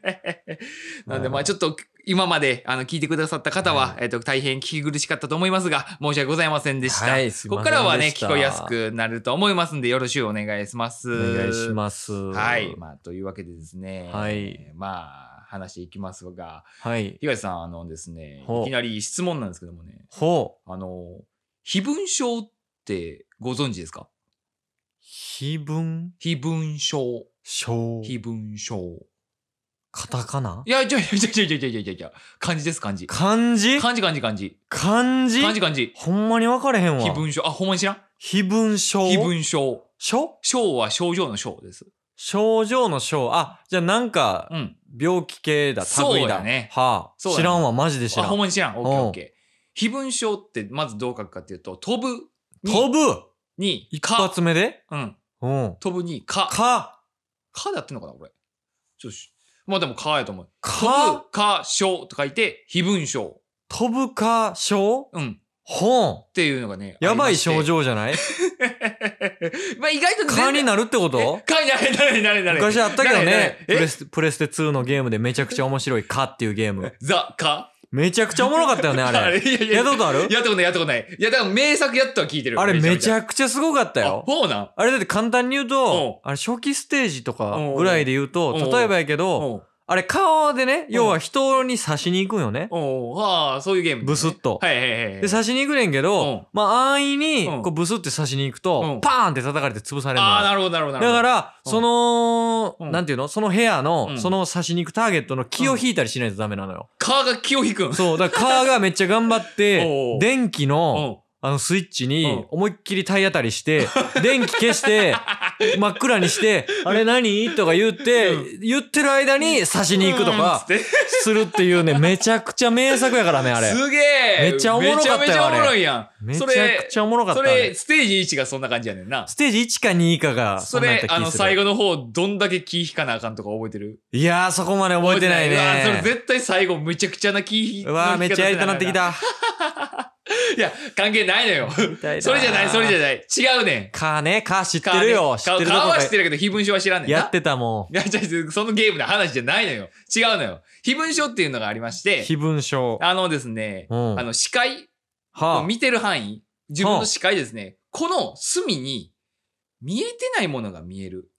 なんはで、いまあちょっと、今まで、あの、聞いてくださった方は、はえっと、大変聞き苦しかったと思いますが、申し訳ございませんでした。はいすいこませんでしたこからはね、聞こえやすくなると思いますんで、よろしくお願いします。お願いしますはい。まあ、というわけでですね。はいまあ、話していきますが、はい東さん、あのですね、ほういきなり質問なんですけどもね、ほうあの、非文症ってご存知ですか非文非文症。章非文症。カタカナいや、ちょいちょいちょいちょいちょいちょいちょい。漢字です、漢字。漢字漢字漢字漢字。漢字漢字漢字。ほんまに分かれへん非わ文書。あ、ほんまに知らん非文章非文書。書症は症状の症です。症状の症あじゃあなんかうん。病気系だ、そう類だ。やねはあ、そうやね知らんわ、マジで知あ、らほんん。まに知らん。オッケーうんオッケー。非文書ってまずどう書くかっていうと、飛ぶに。飛ぶに、一か。発目でうん。うん。飛ぶに、か。か、かだってんのかなこれ。ちょっとし。まあでもかやと思う。飛かぶ、、か、症と書いて、非文書。飛ぶか、症うん。ほん。っていうのがね。やばい症あり状じゃない まして。まあ意外と全然かになるってことえかになれ、なれ、なれ、なれ。昔あったけどなれなれね、プレえステプレステ2のゲームでめちゃくちゃ面白いかっていうゲーム。ザ、か。めちゃくちゃおもろかったよね、あれ。 いやいややったことあるやったことない、やったことない。いや、でも名作やったは聞いてる。あれめちくゃくちゃすごかったちよあ。そうなんあれだって簡単に言うおうと、あれ初期ステージとかおうおうぐらいで言うとおうお、う例えばやけど、うあれ顔でね、要は人に刺しに行くんよね。おうはあ、そういうゲーム、ブスッと。はいはいはいはい。で、刺しに行くねんけうんど、まあ安易にうんこうブスって刺しに行くうんと、パーンって叩かれて潰されるのああ、よ。なるほどなるほどなだるほかど。、らら、うんその、うんなんていうのその部屋の、うんその刺しに行くターゲットの気を引いたりしないとダメなのよ。川が気を引くん。そう、だからカーがめっちゃ頑張っ おうおてう、電気うの、ん。あのスイッチうんに思いっきり体当たり して、電気消して、真っ暗にして、あれ何とか言って、言ってる間に刺しに行くとかうんつってするっていうね、めちゃくちゃ名作やからね、あれ。すげえめっちゃおもろかったよめちゃめちゃおもろいやん。めちそゃれくちゃおもろかった。そあれれ、ステージ1がそんな感じやねんな。ステージ1か2かが、そんなんやっれた、気あの、する最後の方、どんだけ気引かなあかんとか覚えてるいやー、そこまで覚えてない覚えてうわそれね。絶対最後、むちゃくちゃな気引うわー、めっちゃやりたなってき。のた。引き方せなあかんいや、関係ないのよ。それじゃない、それじゃい。ない。違うねん。かね、か知ってるよ。知っ顔てるとこ顔は知っでてるけど、非文書は知らんねんな。やってたもいや、じゃあそのゲームの話じゃないのよ。違うのよ。非文書っていうのがありましん。て、非文章。あのですね、うんあの、視界、は見てる範囲、自分の視界ですね、この隅に見えてないものが見える。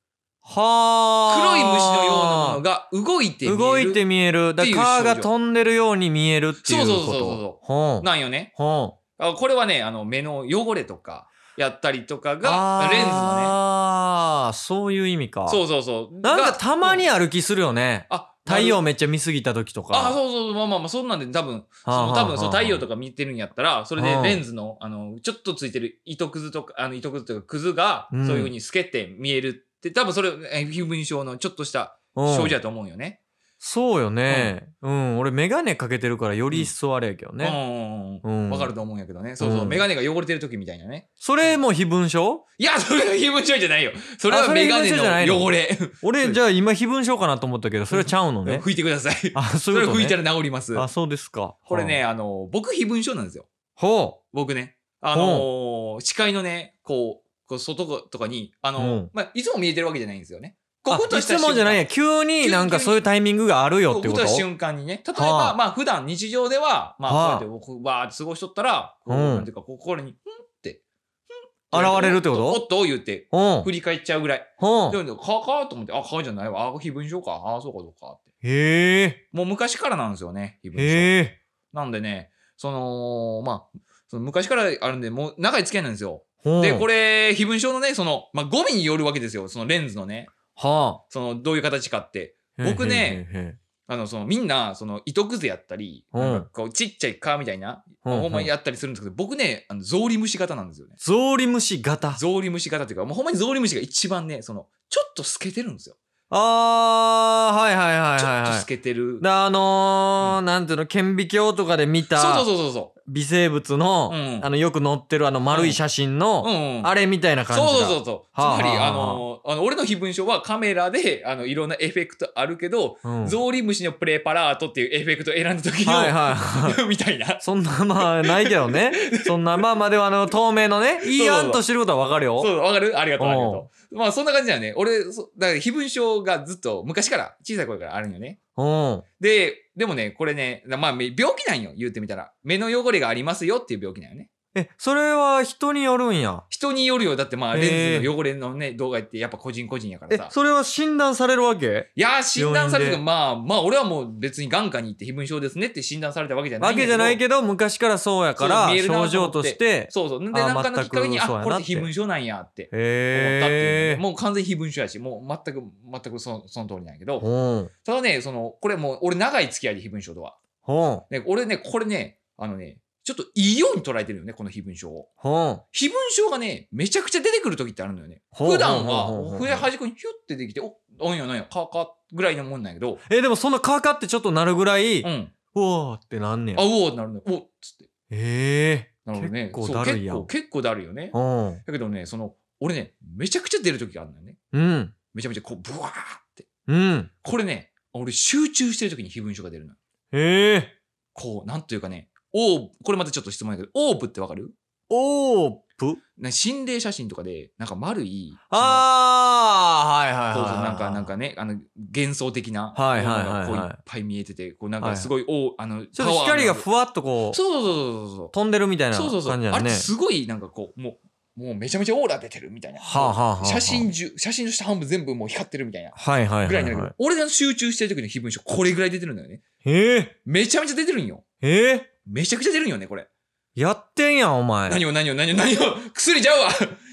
あ。はあ。黒い虫のようなものが動いて見える。動いて見える。だから、カっていう症状ーが飛んでるように見えるっていうこと。そうそうそうそうそほん。なんよね。ほん。あこれはね、あの、目の汚れとか、やったりとかが、レンズのね。ああ、そういう意味か。そうそうそう。なんがかたまに、歩きするよね。あ、太陽なるめっちゃ見すぎた時とか。あ、そうそう、まあまあまあ、そんなんで多分、そはあのはあ多分そうはあ太陽とか見てるんやったら、それでうんレンズの、あの、ちょっとついてる糸くずとか、あの、糸くずというか、くずが、そううんいう風に透けて見えるって、多分それ、え皮膚症のちょっとしたうん症状だと思うよね。そうよね。うん。俺、メガネかけてるから、より一層あれやけどね。ね。ううんうんうん。んわかると思うんやけどね。そうそう、うんメガネが汚れてる時みたいなね。それも非文章いや、それは皮膚症じゃないよ。それあはそれメ非ガ文ネ章じゃないのの汚れ。俺、じゃあ今非文章かなと思ったけど、それはちゃうのね。 拭いてください。あ、そそういれうこと、拭ね。いたら治ります。あ、そうですか。これね、。あの、僕、非文症なんですよ。ほ僕ね。あのー、視界のね、こう、こう外とかに、あのーうんまあ、いつも見えてるわけじゃないんですよね。う。こうふとあいしたつ瞬間もじゃないや。急になんかそういうタイミングがあるよこっうてふこととした瞬間にね。例えば、はあまあ、普段日常では、まはあ、あこうやって僕、わーって過ごしとったら、こう、うんなんていうか、こう心に、んって。現れるってことおっと言って、うん振。り返っちゃうぐらい。ほでう。も、かかと思って、あ、かじゃないわ。あ、非文章か。あ、そうか、そうか。って。へえ。もう昔からなんですよね、非文章。へえ。なんでね、その、まあ、その昔からあるんで、もう長い付き合いなんですよ。ほう。で、これ、非文章のね、その、まあ、ゴミによるわけですよ。そのレンズのね、はその、どういう形かって。あ。僕ねへへへへ、あの、その、みんな、その、糸くずやったり、うんなんかこう、ちっちゃい蚊みたいな、うんほんまにやったりするんですけど、僕ね、あの、ゾウリムシ型なんですよね。ゾウリムシ型。ゾウリムシ型っていうか、もうほんまにゾウリムシが一番ね、その、ちょっと透けてるんですよ。あー、はいはいはいちょはいっとは透い。けてる。であのー、なんていうの、顕微鏡とかで見そうたそうそうそう微生物のうん、あの、よく載ってるあの丸い写真そう。うの、ん、うん。あれみたいな感じだ。そうそうそうそう。つはあはあまり、あのー、あの俺の非文書はカメラで、あの、いろんなエフェクトあるけど、うんゾウリムシのプレパラートっていうエフェクト選んだ時はいの、はいはい。 みたいな。そんなまあないけど ね。そんなまあまあではあの透明のね、いい案としてることはわかるそよ。う、わかるありがとう、ありがとう。まあ、そんな感じだよね。俺、そだから、非文章がずっと昔から、小さい頃からあるんよね。うん。で、でもね、これね、まあ、め病気なんよ、言ってみたら。目の汚れがありますよっていう病気なんよね。え、それは人によるんや。人によるよ。だって、まあ、へーレンズの汚れのね、動画って、やっぱ個人個人やからえさ、。それは診断されるわけいやー、診断されるけ病ど院まあ、まあ、俺はもう別に眼科に行って非文症ですねって診断されたわけじゃないわんだけじゃないけど、昔からそうやから、そう見えるなと思症って状として。そうそう。で、あーなんかのきっかけに、全くそうあ、やなってこれって非文症なんやって。思ったっていうねへえ。もう完全に非文書やし、もう全く、全くそその通りなんやけど、うん。ただね、その、これもう、俺長い付き合いで非文書とは。ほん。ね、俺ね、これね、あのね、ちょっといいように捉えてるよね、この非文書を。ほん。非文書がね、めちゃくちゃ出てくる時ってあるのよね。ほう普ほう段ほうほは、うふや端っこにヒュッてできて、お、なんやなんや、かか、ぐらいのもんなんやけど、え、でもそんなカーカってちょっとなるぐらい、う。うんおーってなんねあ、や。おおってなるのよ。おっつって。ええなるほどね。結構そうだるいやん結構、結構だるいよね。ー。だけどね、その、俺ね、めちゃくちゃ出る時があるのよね。うん。うん。めちゃめちゃこう、ブワーって。うん。これね、俺集中してる時に非文書が出るのよ。ええー。こう、なんというかね、オーブ、これまたちょっと質問やけど、オーブってわかるオープな心霊写真とかで、なんか丸い、あー、はいはそいのそうはいそはい。う、なんか、なんかね、あの、幻想的な、はいはいはいはいものがこういっぱい見えてて、こうなんかすごい、おあの、ちょっと光がふわわっとこう、そうそうそうそうそう。飛んでるみたいなそ感うそうじそう。やあねれ。すごい、なんかこう、もう、もうめちゃめちゃオーラ出てるみたいな。はあはあはあ写真中、写真の下半分全部もう光ってるみたいな。はいはいぐはらいいになるけど、はい。俺が集中してる時の非文書、これぐらい出てるんだよね。えー、めちゃめちゃ出てるんよ。えー、めちゃくちゃ出るんよね、これ。やってんやん、お前。何を何を何を 何を薬ちゃうわ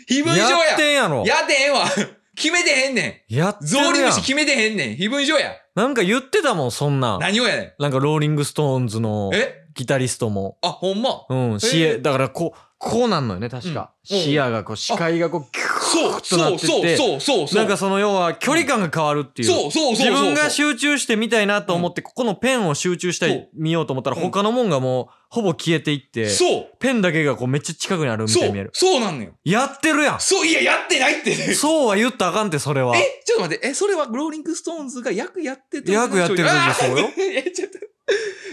非文書ややってんやろ。やってへんわ 決めてへんねやっんてゾるウリムやんシ。決めてへんねん非文書やなんか言ってたもん、そんなん。何をやねなんかローリングストーンズのんえギタリストも。あ、ほんまうん、視え野、ーだからこう、こうなんのよね、確か。うんうん視野がこう、視界がこう、キュそうとなそっうててそうそうそうッそうなんかその要は距離感が変わるっていう。そうそうそうそ自う分が集中してみたいなと思って、ここのペンを集中したそうい、見ようと思ったら、うん他のもんがもう、ほぼ消えていって、そうペンだけがこう、めっちゃ近くにあるみたそいに見えうる。そうなんのよやってるやんそういややってないってえちょそうは言ったらあかんって、それは。っと待ってえそれはローリングストーンズが役やってて役やってるんですよあー えちょっと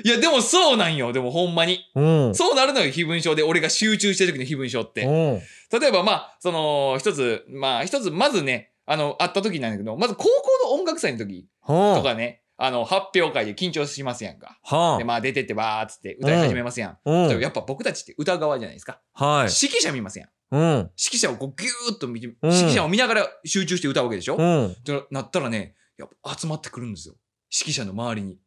いやでもそうなんよでもほんまにうん。そうなるのよ非文書で俺が集中してる時の非文書ってうん。例えばまあその一つまあ一つまずねあの会った時なんだけどまず高校の音楽祭の時うんと。かね、あの発表会で緊張しますやんか。はでまあ出てってわーっつって歌い始めますやん。あ。う例えばん。やっぱ僕たちって歌う側じゃないですか。はい。指揮者見ますやん。うん。指揮者をこうギューっと見て、うん指揮者を見ながら集中して歌うわけでしょ、うん。となったらねやっぱ集まってくるんですよ指揮者の周りに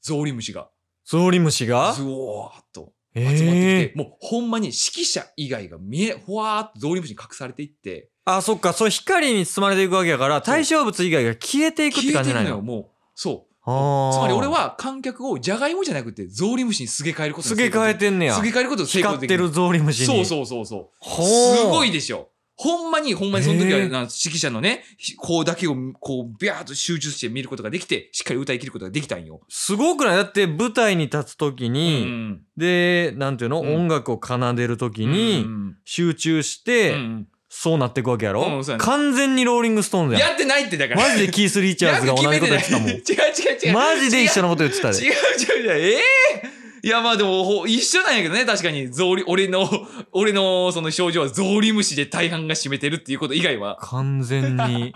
ゾウリムシがゾウリムシがズワーっとえ集まってきえ。て、もうほんまに指揮者以外が見えほわーっとゾウリムシに隠されていってあ、そっか。そう、光に包まれていくわけやから、対象物以外が消えていくって消え感てじるなんのよよ。もうそうああ。つまり俺、は観客をジャガイモじゃなくてゾウリムシにすげ替えることすげ替えるてんねやす。げ替えることを成功光っできてるゾウリムシに。そうそうそうそうほう。すごいでしょほんまにほんまにその時はへえな指揮者のねこうだけをこうビャーっと集中して見ることができてしっかり歌い切ることができたんよ、すごくないだって舞台に立つときうに、んで、なんていうの、うん音楽を奏でるときうに、ん集中しうて、んそうなっていくわけやろ、うんそうやね完全にローリングストーンズやん。やってないってだからマジでキース・リチャーズが同じこと言ってたもん違う。違う違うマジで一緒ののこと言ってたで。違う違う違うええいやまあでもほ一緒なんやけどね確かにゾウリ俺の俺のその症状はゾウリムシで大半が占めてるっていうこと以外は完 全に。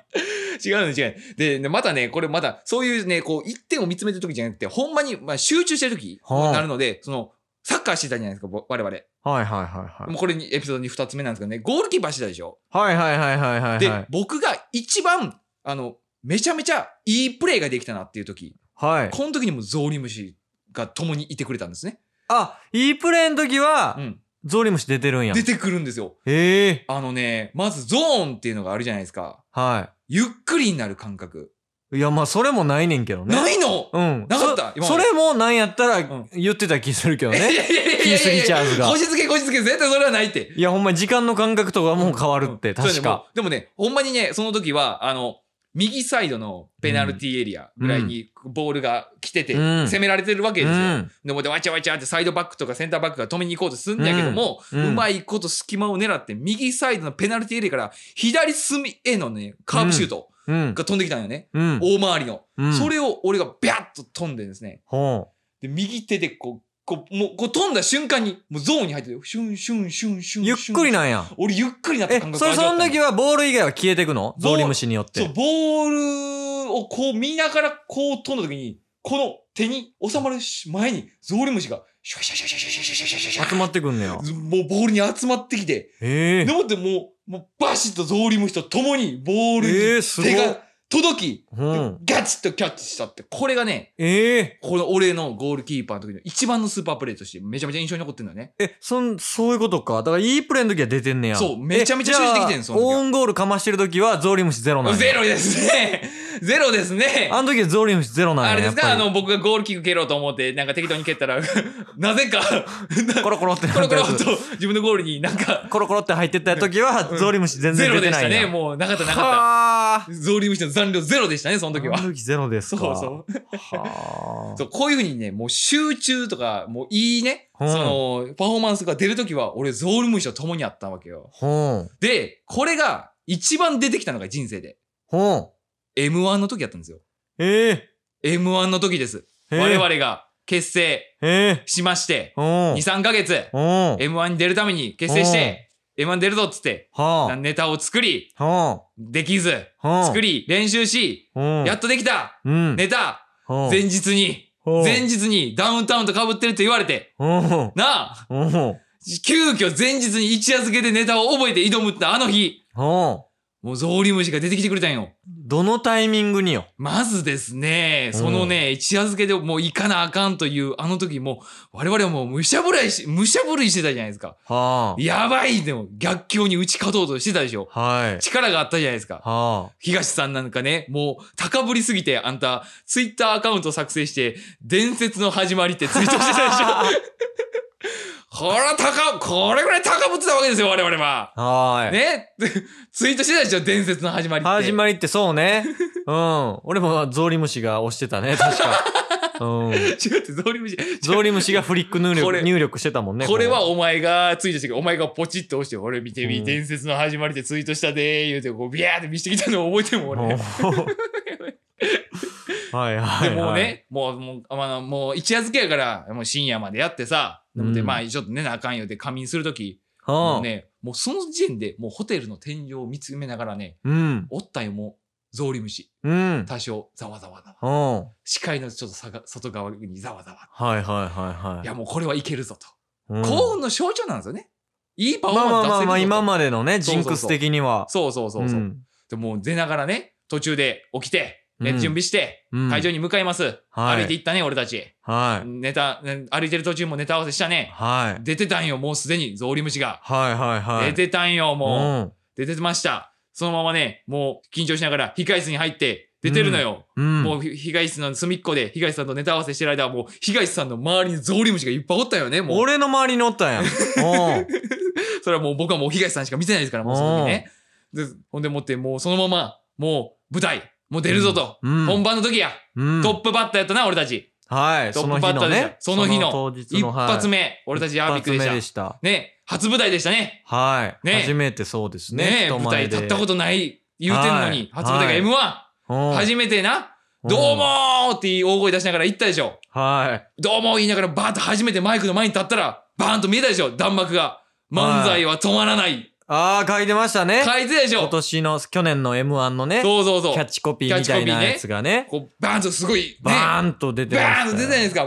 違うの違うのででまたねこれまたそういうねこう一点を見つめてる時じゃなくてほんまに、まあ、集中してる時はあになるのでそのサッカーしてたじゃないですかぼ我々はいはいはいはいもう。これにエピソードに2つ目なんですけどねゴールキーパーしてたでしょ、はいはいはいはいはいはいで。僕が一番あのめちゃめちゃいいプレーができたなっていう時はい。この時にもゾウリムシが共にいてくれたんですね、あ、いいプレーの時はう、ん、ゾウリムシ出てるんや。出てくるんですよへえ。あのね、まずゾーンっていうのがあるじゃないですか。はゆっくりになる感覚。い。いや、まあ、それもないねんけどね。ないの うん。なかったそ今までそれもなんやったらん言ってた気するけどね。キキース・リチャーズがこ。じつけこじつけ、絶対それはないって。いや、ほんま時間の感覚とかも変わるって、そうね確か。。もうでもね、ほんまにね、その時は、あの、右サイドのペナルティーエリアぐらいにボールが来てて、うん攻められてるわけうですよ。ん。でもでわちゃわちゃってサイドバックとかセンターバックが止めに行こうとするんだけども、ううんうんまいこと隙間を狙って右サイドのペナルティーエリアから左隅へのね、カーブシュートうん。が飛んできたんよね。うん。大回りの。うんそれを俺がビャッと飛んでですね。ほで、右手でこう、こう、もう、こう飛んだ瞬間に、もうゾーンに入ってる。シュンシュンシュンシュうン。ゆっくり。なんや。俺ゆっくりなったえ、感覚それ、味わそっのたん時よはボール以外は消えてくのボーゾウリムシによって。そう、ボールをこう見ながらこう飛んだ時に、この手に収まるし前に、ゾウリムシが、シュワシュワシュワシュワシュワシュワシュワシ集ュまってくんねやワ。もうボールに集まってきて、へえで。もってもう、もうバシッとゾウリムシと共にボーえルー、にすご手い。が届き、うん。ガチッとキャッチしたって、これがね、ええ。この俺のゴールキーパーの時の一番のスーパープレーとしてめちゃめちゃ印象に残ってるんだよね。え、そん、そういうことか。だから、いいプレーの時は出てんねや。そうめちゃめちゃ集中できてんえそじゃのあ時はオウンゴールかましてる時は、ゾウリムシゼロなんや。ゼロですね。ゼロですね。あの時はゾウリムシゼロなんや。あれですやかあっぱりの、僕がゴールキック蹴ろうと思って、なんか適当に蹴ったら、なぜか、コロコロ ってコなロっコたやロとつ。自分のゴールになんか、コロコロって入ってった時は、ゾウリムシ全ゼ然出ロてでなしいたんや。ね。もう、なかったなかっはあ。た。ゾウリムシの残量ゼロでしたね、その時はあ。の時ゼロですそうか。そう。はあ。そう、こういうふうにね、もう集中とか、もういいね、うん その、パフォーマンスが出る時は、俺、ゾウリムシと共にあったわけよ。ほん。で、これが、一番出てきたのが人生で。ほん。 M1 の時やったんですよ。ええ。 M1 の時です。ええ我々が結成ええ。しまして、ほ2、ん。 3ヶ月、ほん。 M1 に出るために結成して、M1 出るぞっつって、はネタを作り、あ。はできず、あ。はあ。作り、練習し、うん。やっとできたうん。ネタうん、前日に、ほう前日にダウンタウンと被ってると言われて、うん。なあ、うん。急遽前日に一夜漬けでネタを覚えて挑むってあの日、うん。もうゾウリムシが出てきてくれたんよ。どのタイミングによ。まずですね、そのね、一夜漬けでもう行かなあかんという、あの時もう、我々はもう武者ぶいし、武者ぶいしてたじゃないですか。はやばいでも、逆境に打ち勝とうとしてたでしょ。あ。はい。力があったじゃないですか。は東さんなんかね、もう高ぶりすぎて、あんた、ツイッターアカウント作成して、伝説の始まりってツイートしてたでしょ。 これは高、これぐらい高ぶってたわけですよ、我々は。あ。はーい。ねツイートしてたでしょ、伝説の始まりって。始まりってそう ね。うん。俺もゾウリムシが押してたね、確か。 うん。違うって、ゾウリムシ。ゾウリムシがフリック入こ力れ入力してたもんね。これはこお前がツイートしてきてお前がポチッと押して、俺見てみ、うん伝説の始まりでツイートしたでー、言うて、こう、ビャーって見せてきたのを覚えてるもうん俺。はいはでい。もう。ね、もう、もう、あまあ、もう一夜漬けやから、もう深夜までやってさ、うんで、まあ、ちょっとね、あかんよって仮眠するとき、もううね、もうその時点で、もうホテルの天井を見つめながらね、ん。うん。おったよ、もう、ゾウリムシ。うん。多少、ざわざわざわ。うん。視界のちょっとさが外側にざわざわ。はいはいはいはいい。や、もうこれはいけるぞと。うん幸運の象徴なんですよね。いいパフォまあーまマあンス出ませあるぞまあ、と今までのね、そジうそうそうンクス的には。そうそうそうそう。んでもう出ながらね、途中で起きて、ねうん準備して、うん会場に向かいます。はい歩いていったね、俺たち。はい。ネタ、ね歩いてる途中もネタ合わせしたね。はい。出てたんよ、もうすでに、ゾウリムシが。はいはいはい。出てたんよ、もう。も出てました。そのままね、もう緊張しながら、控室に入って、出てるのよ。うん。もうう、ひ控室の隅っこで、控室さんとネタ合わせしてる間は、もう、控室さんの周りにゾウリムシがいっぱいおったよね、もう。俺の周りにおったん やん。うん。それはもう僕はもう東さんしか見てないですから、もうその時ね。で、ほんでもって、もうそのまま、もう舞台、もう出るぞと。うんうん本番の時や、うんトップバッターやったな、俺たち。はい。トそッのプバ日ッターのでしたね。その日の当日一のはい発目、俺たちアービックで一発目でしした。た。ね、初舞台でしたね。はい。ね初めてそうですね。ね人舞前で台立ったことない言うてんのはに、い初舞台が M1、うん初めてな、うんどうもーって大声出しながら言ったでしょ。はい。どうも言いながらバーッと初めてマイクの前に立ったら、バーンと見えたでしょ、弾幕が。漫才は止まらない。ああ、書いてましたね。書いてたでし今ょ。年の、去年の M1 のね、キそうそうそう。ャッチコピーみたいなやつがね、こうバーンとすごい、ね、バーンと出てましたバーンと出てたじゃないですか。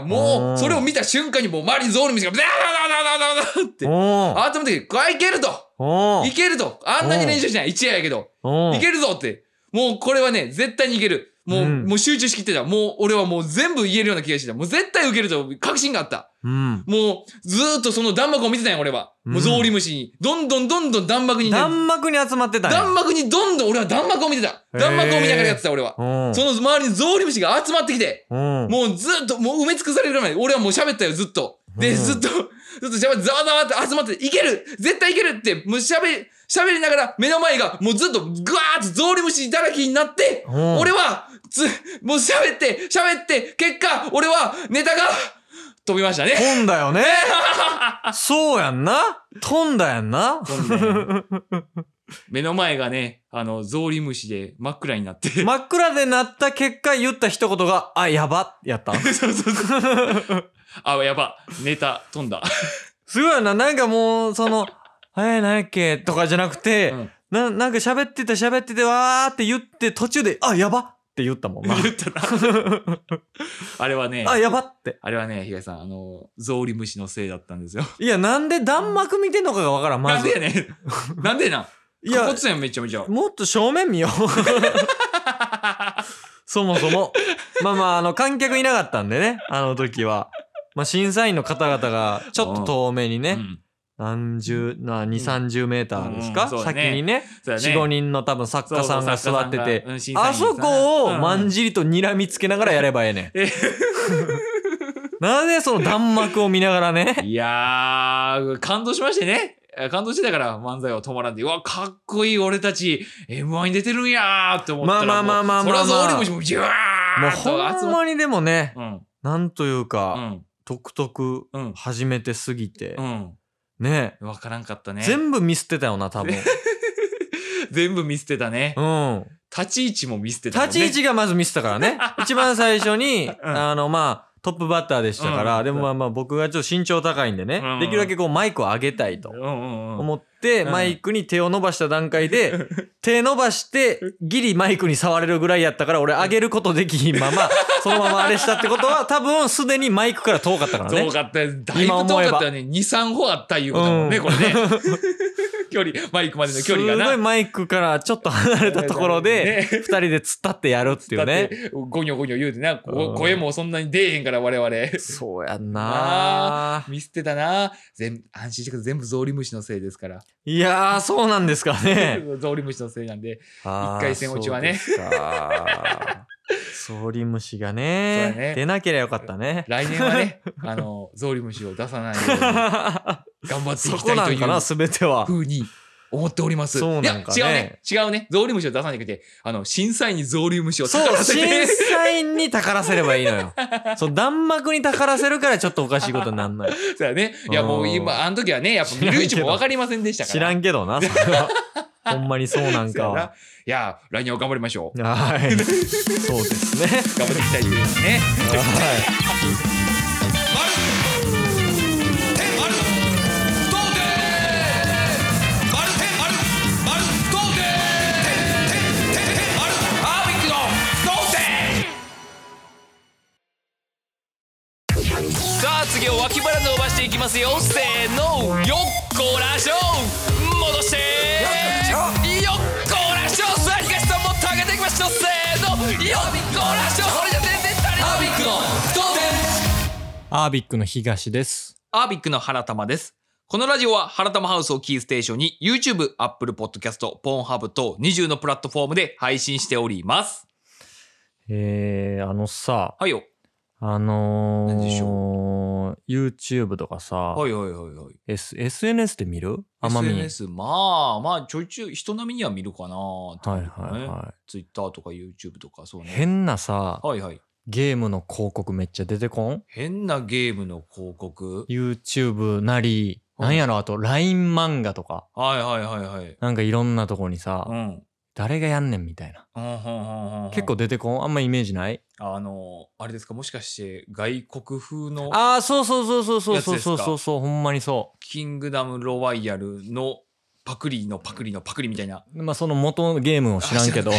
うもう、んそれを見た瞬間にもう周りにゾウリムシが、ダーダーダーダーダーダーって、お改めて、これいけるとおいけるとあんなに練習しない一夜やけど、おいけるぞって。もうこれはね、絶対にいける。もう、うんもう集中しきってた。もう、俺はもう全部言えるような気がしてた。もう絶対受けると確信があった。うん。もう、ずーっとその弾幕を見てたんや、俺は。もうゾウリムシに。どんどんどんどん弾幕にね、弾幕に集まってたんや弾幕にどんどん俺は弾幕を見てた。弾幕を見ながらやってた、俺は。うんその周りにゾウリムシが集まってきて、 うんもうずっと、もう埋め尽くされるぐらいまで、俺はもう喋ったよ、ずっと。で、うんずっと、ずっと喋って、ざわざわって集まって、いける絶対いけるって、もう喋り、喋りながら、目の前が、もうずっと、ぐわーっとゾウリムシだらけになって、うん俺は、つ、もう喋って、喋って、結果、俺は、ネタが、飛びましたね。飛んだよね。そうやんな。飛んだやんな。目の前がね、あの、ゾウリムシで真っ暗になって。 真っ暗でなった結果言った一言が、あ、やば、やった。そうそうそう。あ、やば。ネタ飛んだ。すごいな、なんかもう、その、えー、何やっけとかじゃなくて、うんな、なんか喋ってて喋っててわーって言って、途中で、あ、やばって言ったもんな。言ったな。 あれはね、あ、やばって。あれはね、東さん、あの、ゾウリムシのせいだったんですよ。いや、なんで弾幕見てんのかがわからん、ま なんでず。やねん。なんでやな。 いいや、やこ、つやん、めちゃめちゃ。もっと正面 見よう。そもそも。まあまあ、あの、観客いなかったんでね、あの時は。まあ、審査員の方々が、ちょっと遠目にうね、ん何十、な、二、三十メーターですうかんそうだ先ねにね、そうやね四五人の多分作家さんがそう座そうって作家さんがてうん審、査員あさんそこうをんまんじりと睨みつけながらやればええねえん。なぜその弾幕を見ながらね。 いやー、感動しましてね。え感動してたから漫才は止まらんで、うわ、かっこいい俺たち、M1 に出てるんやーって思ったら。まあまあまあまあまあもうそらゾウリムシも、ジュワもうーっほと集んまっまにでもね、うん、なんといううか、ん、独特うん、始めてすぎてう、ん。ね。わからんかったね。全部見捨てたよな、 多分。全部見捨てたね。うん。立ち位置も見捨てたもん立ね。 ち位置がまず見せたからね。一番最初に、んあの、まあ、トップバッターでしたから、うんでもまあまあ僕がちょっと身長高いんでね、うんできるだけこうマイクを上げたいとうんうんうん。思って、うんマイクに手を伸ばした段階 で、手伸ばしてギリマイクに触れるぐらいやったから俺上げることできひんまま、そのままあれしたってこと は多分すでにマイクから遠かったからね遠。かったよ。だいぶ今遠思えばかったよね。2、3歩あったいうことだもんね、うんこれね。 距離、マイクまでの距す離がごいな。マイクからちょっと離れたところで、 ね二人で突っ立ってやるっていだうっね。て、ゴニョゴニョ言うてな、こうん声もそんなに出えへんから、我々。 そうやんな見捨てたな。全安心してください。全部ゾウリムシのせ いですから。いやー、そうなんですかね。 ゾウリムシのせいなんで。 一回戦落ちはねそうです か。ソーリムシがそうねやね出なければよかったね。来年は ね、あの、ゾウリムシを出さないように頑張ってい そきたこないとんいかうな、すべてはふ。うに思っております。そうなんかねいや、違うね。違うね。ゾウリムシを出さなくて、あの、審査員にゾウリムシを そう、らせて審査員にたからせればいいのよ。 そう、弾幕にたからせるからちょっとおかしいことになんのよ。 そうやね。いや、もうう今、あの時はね、やっぱ見る位置もわかりませんでしたから。知らんんけどな、それは。ほんまにそうなんか は。いや、来年は頑張りましょう。はい。そうですね。頑張っていきたいですね。はい。さあ次を脇腹伸ばしていきますよせーのよっこらしょ戻してよっこらしょさあ東さんもっと上げていきましょうせーのよっこらしょこれじゃ全然足りないアービックの当 然アービックの東です。アービックの原玉です。このラジオは原玉ハウスをキーステーションに YouTube、Apple Podcast、Pornhub 等20のプラットフォームで配信しております。えー、あのさ、はいよ。あのー、何でし YouTube とかさ、はいはいはいはい。 S、SNS で見るあんま見ん SNS、まあまあちょいちょい人並みには見るかなってはいいうかね、はいは Twitter とか YouTube とかそうい。ね。変なさ、はいはい。ゲームの広告めっちゃ出てこん変なゲームの広告。 ?YouTube なり、うんなんやろ、あと LINE 漫画とか、はいはいはいはい。なんかいろんなとこにさ、うん。誰がやんねんみたいな。うんうんうんうん結構出てこんあんまイメージないあのあれですかもしかして外国風のああ、そうそうそうそうそうやつそうですそうかそうそう、ほんまにそキングダム・ロワイヤルのパクリのパクリのパクリみたいな。う。まあその元のゲームを知らんけどあ、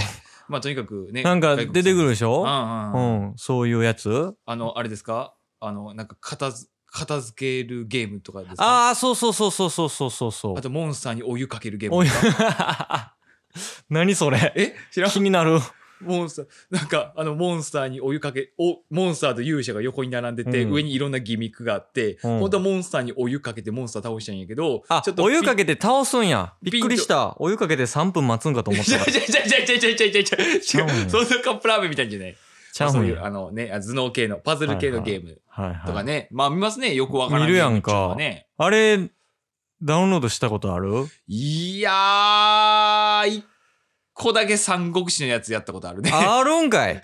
まあとにかくね。なんか出てくるでしうんょうんううん。ん、そういうやつあの、あれですかあの、なんか片づ片付けるゲームとかですかあああ、そうそうそうそうそうそうそうそう。とモンスターにお湯かけるゲーおムいとか。 何それえ知らん気になる。モンスター、なんかあのモンスターにお湯かけ、おモンスターと勇者が横に並んでて、うん上にいろんなギミックがあって、うん本当はモンスターにお湯かけてモンスター倒したんやけど、あ、ちょっとお湯かけけて倒すんや。びっくりした。お湯かけて3分待つんかと思っちたゃかちら。ゃちゃちゃちゃちゃちゃちゃちちゃうんゃやそんなカップラーメンみたいなんじゃないちゃうそうんいう、や。あのね、あ頭脳系の、パズル系のゲームはいとかはい。ね。まあ見ますね、よくわからん見るやんかゲームっていうのはね。あれ、ダウンロードしたことあ るいやー、一個だけ三国志のやつやったことあるね。あるん かい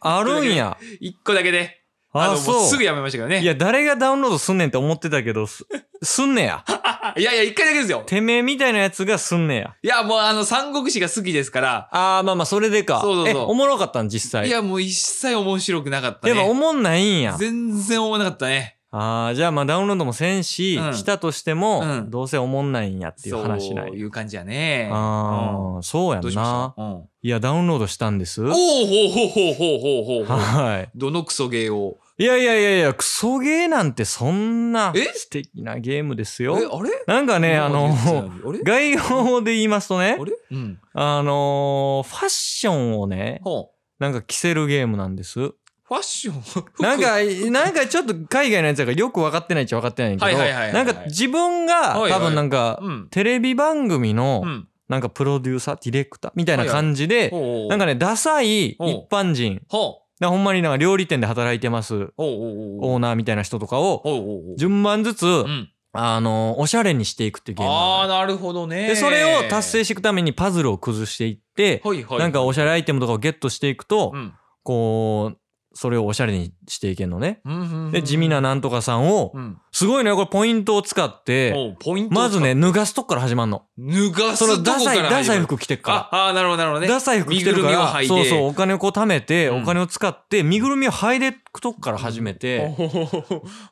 あるんや。一個だけで。あ、の、もうそすうぐ。やめましたけどね。いや、誰がダウンロードすんねんって思ってたけど、す すんねや。あいやいや、一回だけですよ。てめえみたいなやつがすんねや。いや、もうあの、三国志が好きですから、あー、まあまあ、それでか。そうそうそうえ、おもろかったん、実際。い、や、もう一切面白くなかったやね。っぱおもんないんや。全然思わなかったね。ああ、じゃあまあダウンロードもせんし、うんしたとしても、うんどうせおもんないんやっていう話なそ。いういう感じやね。ああ、そううやんんどうしまなし。たうん。いや、ダウンロードしたんです。おはおほうほうほうほうほうほうほう。い。どのクソゲーを。いやいやいやいや、クソゲーなんてそんなえ素敵なゲームですえ、あよ。れなんかね、あの、あれ 概要で言いますとねあ、れうん。あのー、ファッションをね、ほなんか着せるゲームなんです。うファッション 服なんか、なんかちょっと海外のやつだからよく分かってないっちゃ分かってないけど、はいはいはいはいなんか自分がはいはい多分なんか、 うん。テレビ番組のうん。なんかプロデューサー、ディレクターみたいな感じで、ほうなんかね、ね、ダサい一ほう般人、ほなほんまになんか料理店で働いてますう。ほうほうほう。オーナーみたいな人とかを、ほうほうほう。順番ずつ、うん。あの、おしゃれにしていくっていうゲームあなあ、のよ。なるほどね。で、それを達成していくためにパズルを崩していって、はいはい。なんかおしゃれアイテムとかをゲットしていくとう、ん。こう、それをおしゃれにしていけんのね。うんうんうんで、地味ななんとかさんをう、んすごいね、これポイントを使って、おうポイントまずね、脱がすとこから始まんの。脱がすそとこのダからサい、始まるダサい服着てっからあ。あーなるほどなるほどねダサい服着てるか身ぐるみをら履いてそうそうお金をこう貯めて、うんお金を使って身ぐるみを剥いでくとこから始めて、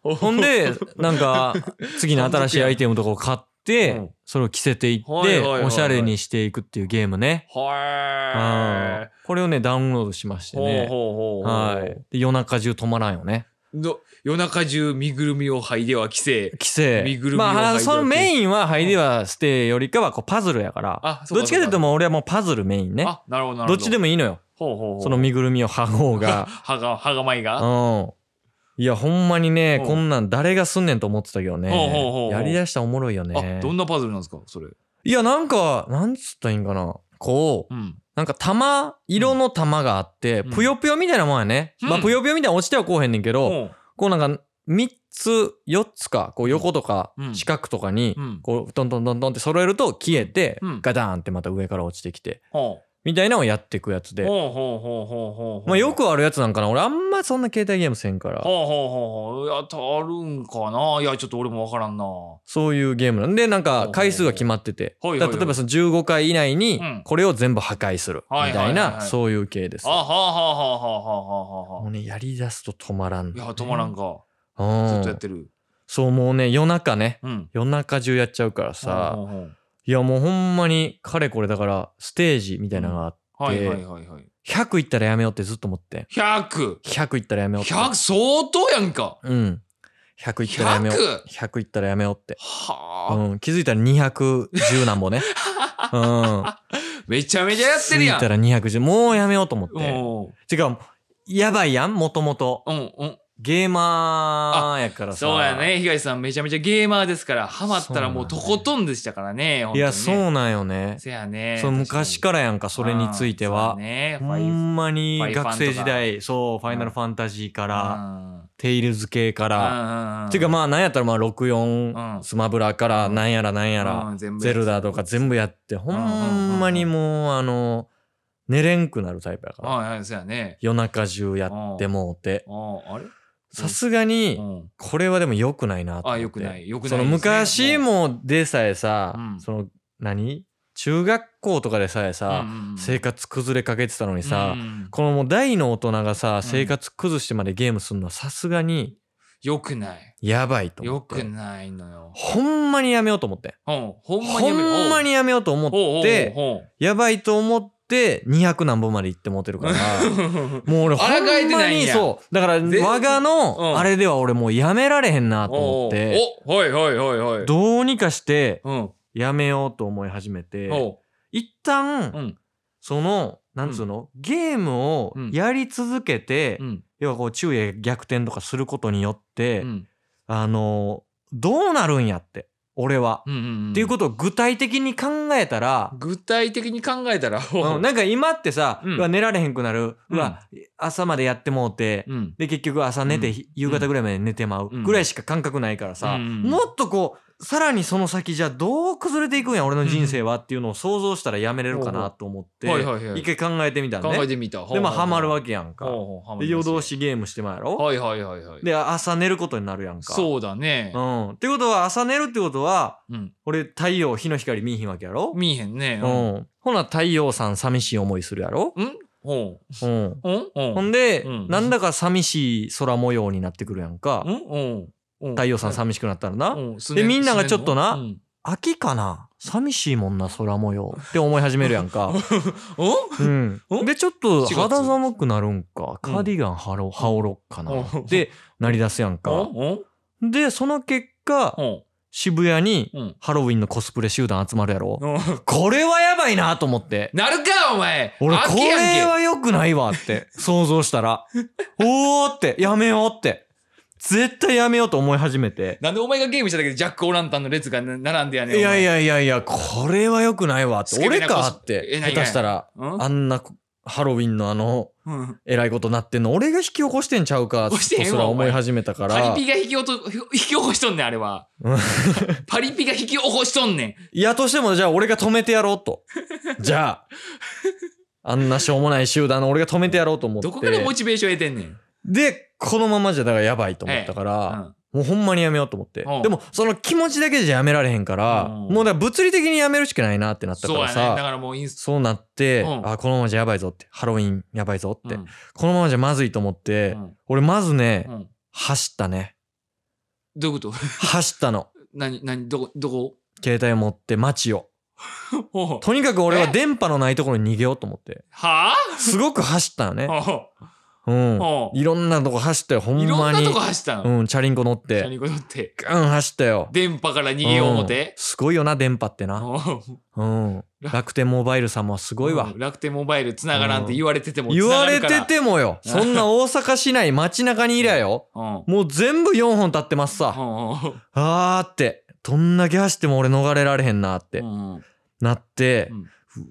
おーほん でなんか次の新しいアイテムとかを買って、うんそれを着せていって、はいはいはいはいおしゃれにしていくっていうゲームね、はういんこれをねダウンロードしましてねほうほうほうほうはい、で夜中中止まらんよねの夜中中身ぐるみを履いては帰省規制身ぐるみをまあ剥いでおけそのメインはハイデはステイよりかはこうパズルやからあそうどかっちかというともう俺はもうパズルメインねあなるほどなるどほどっちでももいいのよほうほうほうその身ぐるみを剥ごうが はがはがまいがうん。いや、ほんまにねう、んこんなん誰がすんねんと思ってたけどほうほうほね。うやりだしたらおもろいよねあ。どんなパズルなんですかそれいや、なんか、なんつったらいいんかな。こうう、んなんか玉、色の玉があって、うんぷよぷよみたいなもんやね。うんまあ、ぷよぷよみたいな落ちてはこうへんねんけど、ほこうなんか、3つ、4つか、こう横とかう、ん四角とかにう、んこう、トントントントンって揃えると消えてうん、ガダーンってまた上から落ちてきて、ほみたいなのをやっていくやつうで。ほうほうほうほうほうまあ、よくあるやつなんかな。俺あんまそんな携帯ゲームせんから。ほうほうほうほうやったあるんかないやちょっと俺もわからんなそういうゲームなんで、なんか回数が決まってて。ほうほうだほかいほら例えいほいばその15回以内にうん、これを全部破壊する。みはいはいたはいいはいな、そういう系です。あもはあはあはあはあはあはあはうね、やりだすと止まらん。あいや止まらんかずっとうやっん。てるそう、もうね、夜中ね。うん夜中中やっちゃうからほうさ。ほうほういや、もうほんまに、かれこれだから、ステージみたいなのがあって、はいはいはいはい100いったらやめようってずっと思って。 100 100いったらやめようって。 100相当やんかうん。100いったらやめよう。100いったらやめようって。はあ、うん。気づいたら210なんぼ ね。うん。めちゃめちゃやってるやん着いたら210もうやめようと思ってうんてかやばいやんもともとうんうんゲーマーやからさそうやね東さんめちゃめちゃゲーマーですからハマったらもうとことんでしたからねいやそ本うなんよね当にねせやねそう昔からやんかそれについてはうんそうやねほんまにファイファンと学か生時代そう「ファイナルファンタジー」から「テイルズ」系かからていうかまあなんやったらまあ64、うんスマブラからうんなんやらなんやら、ゼルダとか全部やってほんまにもうあの寝れんくなるタイプやからはいはいそうやね夜中中やってもうてあああれさすがにうんこれはでも良くないなと思っあてよくないよくないその昔もでさえさ、うんその何中学校とかでさえさ、生活崩れかけてたのにさ、このもう大の大人がさ生活崩してまでゲームするのはさすがによくないやばいと思よってくないのよほんまにやめようと思ってうんほんまにほやめろんまにやめようと思ってほうほうほうやばいと思って200何本まで行って持てる から もう俺ほ抗えんてまないんにやそうだから全我がうんのあれでは俺もうやめられへんなと思って。おはいはいはいはいどうにかしてうんやめようと思い始めてお一う旦んそのなんつうのゲームをうんやり続けてうん要はこう昼夜逆転とかすることによっうてんあのどうなるんやって俺は。うんうんっていうことを具体的に考えたら具体的に考えたらううんなんか今ってさうんうわ寝られへんくなるううんわ朝までやってもうてうんで結局朝寝うてんひ夕方ぐらいまで寝てまううんぐらいしか感覚ないからさ、うんもっとこうさらにその先じゃどう崩れていくんや俺の人生はっていうのを想像したらやめれるかなと思ってはいはいはい一回考えてみたん考えねてみたでまあハマるわけけやんかでで夜通しゲームしてまうやろはいはいはいはいで朝寝ることになるやんかそうだねうんってことは朝寝るってことはうん俺太陽日の光見えひんわけやろ見えへんねううんんほな太陽さん寂しい思いするやろほうんううんうんほんでうんなんだか寂しい空模様になってくるやんかうんうん太陽さん寂しくなったらな、うんすねでみんながちょっとなすねんの秋かな寂しいもんな空模様って思い始めるやんか、うん お、でちょっと4月肌寒くなるんかうんカーディガンはろう羽織ろっかなうんでなりだすやんうんかうんでその結果うん渋谷にうんハロウィンのコスプレ集団集まるやろうんこれはやばいなと思ってなるかお前俺こ秋やんけれは良くないわって想像した らおーってやめようって絶対やめようと思い始めてなんでお前がゲームしただけでジャック・オーランタンの列がな並んでやねん。いやいや。やいやいや、これは良くないわって。スケベ俺なかコスって。え何下手したら、うんあんなハロウィンのあの、うん。えらいことなってんの、俺が引き起こしてんちゃうか、起とこしてへんわすら思い始めたかパらリ、ピが引きおと 引き起こしとんねん、あれは うん。パリピが引き起こしと んねん。いやとしても、じゃあ俺が止めてやろう と。じゃあ、あんなしょうもない集団の俺が止めてやろうと思って。どこからモチベーション得てんねん。で、このままじゃだからやばいと思ったから、もうほんまにやめようと思ってうん。でも、その気持ちだけじゃやめられへんから、うんもうだから物理的にやめるしかないなってなったかそうやらねださ、からもうインスそうなって、うんあ、このままじゃやばいぞって、ハロウィンやばいぞって、うんこのままじゃまずいと思って、うん俺まずね、うん走ったね。どういうこと 走ったの。何何どこどこ携帯を持って街を。ほうほうとにかく俺はえ電波のないところに逃げようと思って。はすごく走ったのね。あほうんう。ほういろんなとこ走ったよ、ほんいろまんなにと。こ走ったのうん、チャリンコ乗っチャリて。ンコ乗ってガン走ったよ。電波から逃げよう思んてすごいよな、電波ってな。ほうすうん。楽天モバイルさんもすごいわ。楽天モバイルつながらんって言われてても言われ繋がてるからてもよ。そんな大阪市内、街中にいりゃよ。うんほもう全部4本立ってますうさ。ほうほうあーって。どんだけ走っても俺逃れられへんなってうんうんなってう、ん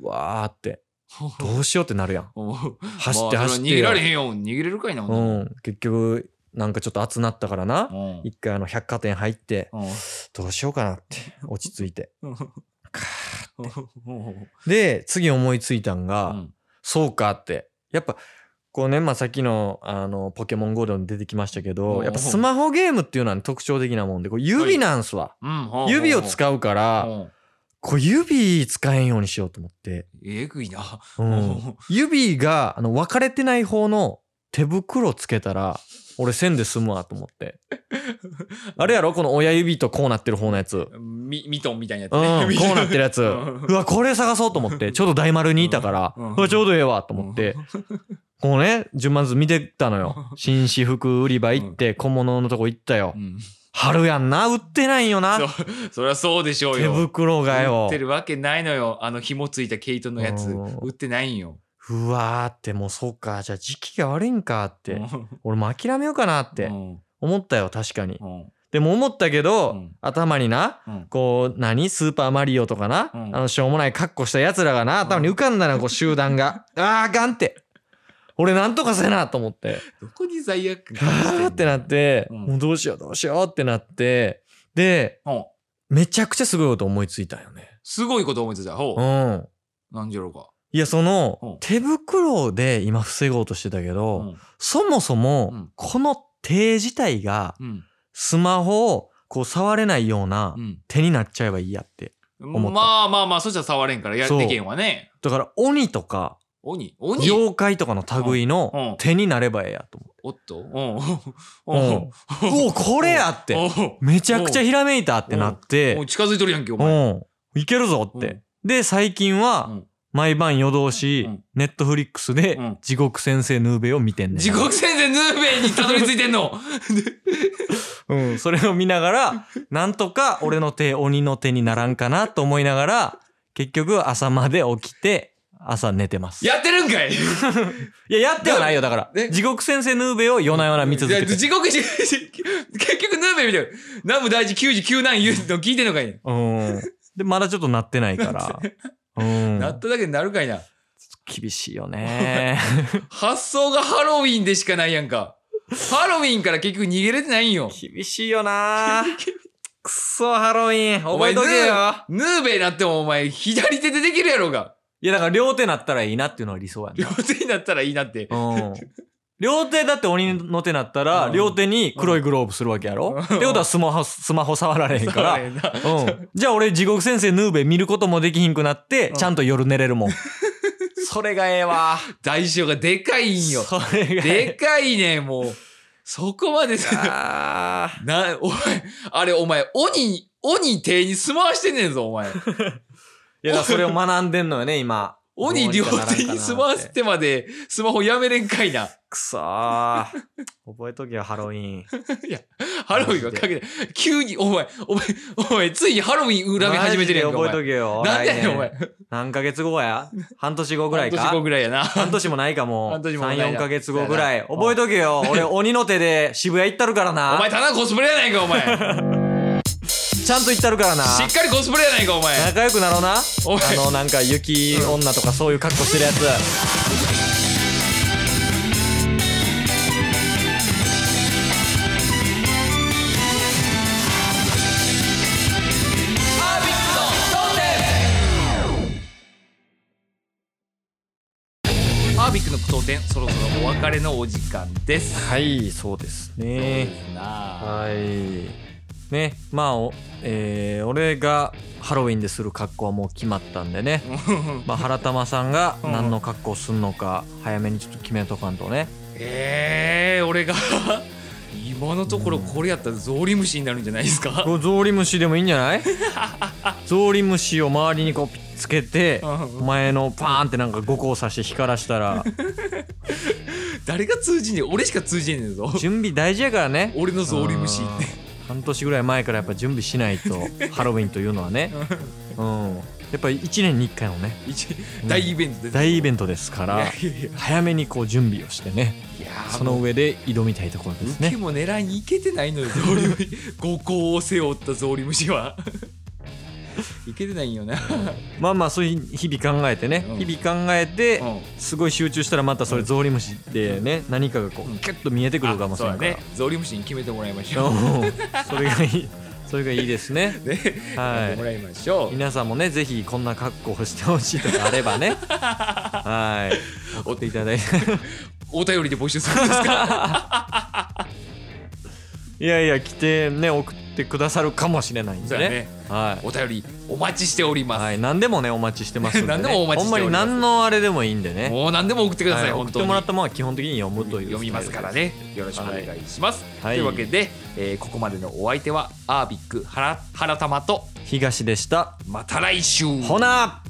うわー って。ほうほうどうしようってなるやん。ほう走ってまあそ走ってれは逃げよられへんよ逃げれるかいなほんなうもんん。結局、なんかちょっと熱なったからな。うん一回あの百貨店入って、どうしようかなって、落ち着いて。うんうんで、次思いついたんが、うんそうかって。やっぱ、こうね、まあ、さっきの、あの、ポケモン GO でも出てきましたけうど、んやっぱスマホゲームっていうのは特徴的なもんで、こう指なんすわ。うんほうほう指を使うかうら、んこう指使えんようにしようと思って。えぐいなう、うんん指が、あの、分かれてない方の手袋つけたら、俺線で済むわと思 って。あれやろこの親指とこうなってる方のやつ。ミミトンみたいなやつうん、 ねこうなってるやつ。んうわ、これ探そうと思 って、ちょうど大丸にいたから、うんうんうわ、ちょうどええわと思って、 こうね、順番ずつ見てたのよ。紳士服売り場行って、小物のとこ行ったよう。ん春やんな、売ってないよなそ。そりゃそうでしょう手よ袋が売よって。るわけないのよあの紐ついた毛糸のやつうん売ってないんようわーって、もうそうか、じゃあ時期が悪いんかっうてん、俺も諦めようかなっうてん思ったよ、確かにう。んでも思ったけうどん、頭にな、うんこう、何スーパーマリオとかな、うんあの、しょうもない格好した奴らがな、頭に浮かんだな、こう、集団 が。あー、あかんって。俺なんとかせなと思って。どこに罪悪感感じんあのーってなって、うんもうどうしようどうしようってなって、で、うんめちゃくちゃすごいこと思いついたよね。すごいこと思いついたほう。うん何じゃろうかいや、そうんの、手袋で今防ごうとしてたけうど、んそもそうもん、この手自体が、うんスマホをこう触れないようなうん手になっちゃえばいいやって。思ったまあまあまあそしたら触れんからやそうでけんわねだから、鬼とか、鬼鬼妖怪とかの類うんうんの手になればええやとおっとうんうん思う。うん。おお、これやって。おめちゃくちゃひらめいたってなってもう、近づいとるやんけおう前ん。いけるぞって。で、最近うはん、毎晩夜通しうん、ネットフリックスでうん、地獄先生ヌーベを見てんねん。地獄先生ヌーベイにたどり着いてん のうん。それを見なが ら、なんとか俺の手、鬼の手にならんかなと思いながら、結局朝まで起きて、朝寝てます。やってるんかいいや、やってはないよ、だかえら。地獄先生ヌーベを夜な夜な見続けいやて。地獄地結局ヌーベみたいな。南無大事99何言うの聞いてんのかいな。うん。で、まだちょっとなってないから。うん。なっただけになるかいな。厳しいよ ね。発想がハロウィンでしかないやんか。ハロウィンから結局逃げれてないんよ。厳しいよな。くそ、ハロウィン。覚えとけおよ。ヌーベになってもお前左手でできるやろうが。いや、だから両手なったらいいなっていうのは理想や両手になったらいいなって。な。うん。両手だって鬼の手なったら、うん両手に黒いグローブするわけやろ、うんってことはスマホ、スマホ触られへんか。だから らなうん。じゃあ俺、地獄先生ヌーベ見ることもできひんくなって、うんちゃんと夜寝れるもん。それがええわ。代償がでかいんよ。それがええ。でかいね、もう。そこまでさ。あーな、お前、あれお前、鬼、鬼手に住まわしてんねんぞ、お前。いや、だからそれを学んでんのよね、今。鬼両手に済ませて。てまでスマホやめれんかいな。くそー。覚えとけよ、ハロウィン。ハロウィンはかけて、急に、お前、お前、お前、ついにハロウィン裏目始めてるやんか、おマジで覚えとけ前。よ。なんでやねん、来お前年。。何ヶ月後や半年後ぐらいか。半年後ぐらいやな。半年もないかも。半年もない3、4なヶ月後ぐらい。そうやな覚えとけよ。俺、鬼の手で渋谷行ったるからな。お前、ただコスプレやないか、お前。しちゃんと行ったるからな。っかりコスプレやないか、お前。仲良くなろうな。あお前の、なんか雪女とかそういう格好してるやつ。アービックの句読点、そろそろお別別れのお時間です。はい、そうですね。なあはい。ね、まあ、おえー俺がハロウィンでする格好はもう決まったんで ね。まあ、原玉さんがうん何の格好すんのか、早めにちょっと決めとかんとね。えー、俺が今のところこれやったらゾウリムシになるんじゃないですかこれゾウリムシでもいいんじゃない ゾウリムシを周りにこうピッつけて、うん前のパーンってなんか五光さして光らした ら、誰が通じねえ俺しか通じねえぞ準備大事やからね。俺のゾウリムシってうん半年ぐらい前からやっぱ準備しない とハロウィンというのはねうんやっぱり1年に1回のね一大イベントで大イベントですかいやらいやいや早めにこう準備をしてねいやその上で挑みたいところです受けねも狙いに行けてないのよゾウリムシ五行を背負ったゾウリムシは いけてないんよなまあまあそういう日々考えてねうん日々考えてうんすごい集中したらまたそれゾウリムシでね何かがこうんうキュッと見えてくるかもあしそれうなだいからねゾウリムシに決めてもらいましょううんそれがいいそれがいいです ねね、は決めてもいらいましょう皆さんもねぜひこんな格好をしてほしいとかあれば ねはい送っていただいてお便りで募集するんですかいやいや来てね送ってくださるかもしれないんでそうねだねはい、お便りお待ちしております、はい、何でもねお待ちしてますんで、ね、 何でもお待ちしておりますほんまに何のあれでもいいんでねもう何でも送ってください、はい、送本って当にもらったものは基本的に読むという読みますからねよろしくお願いします、はいというわけで、えーここまでのお相手はアービック原原玉と東でしたまた来週ほな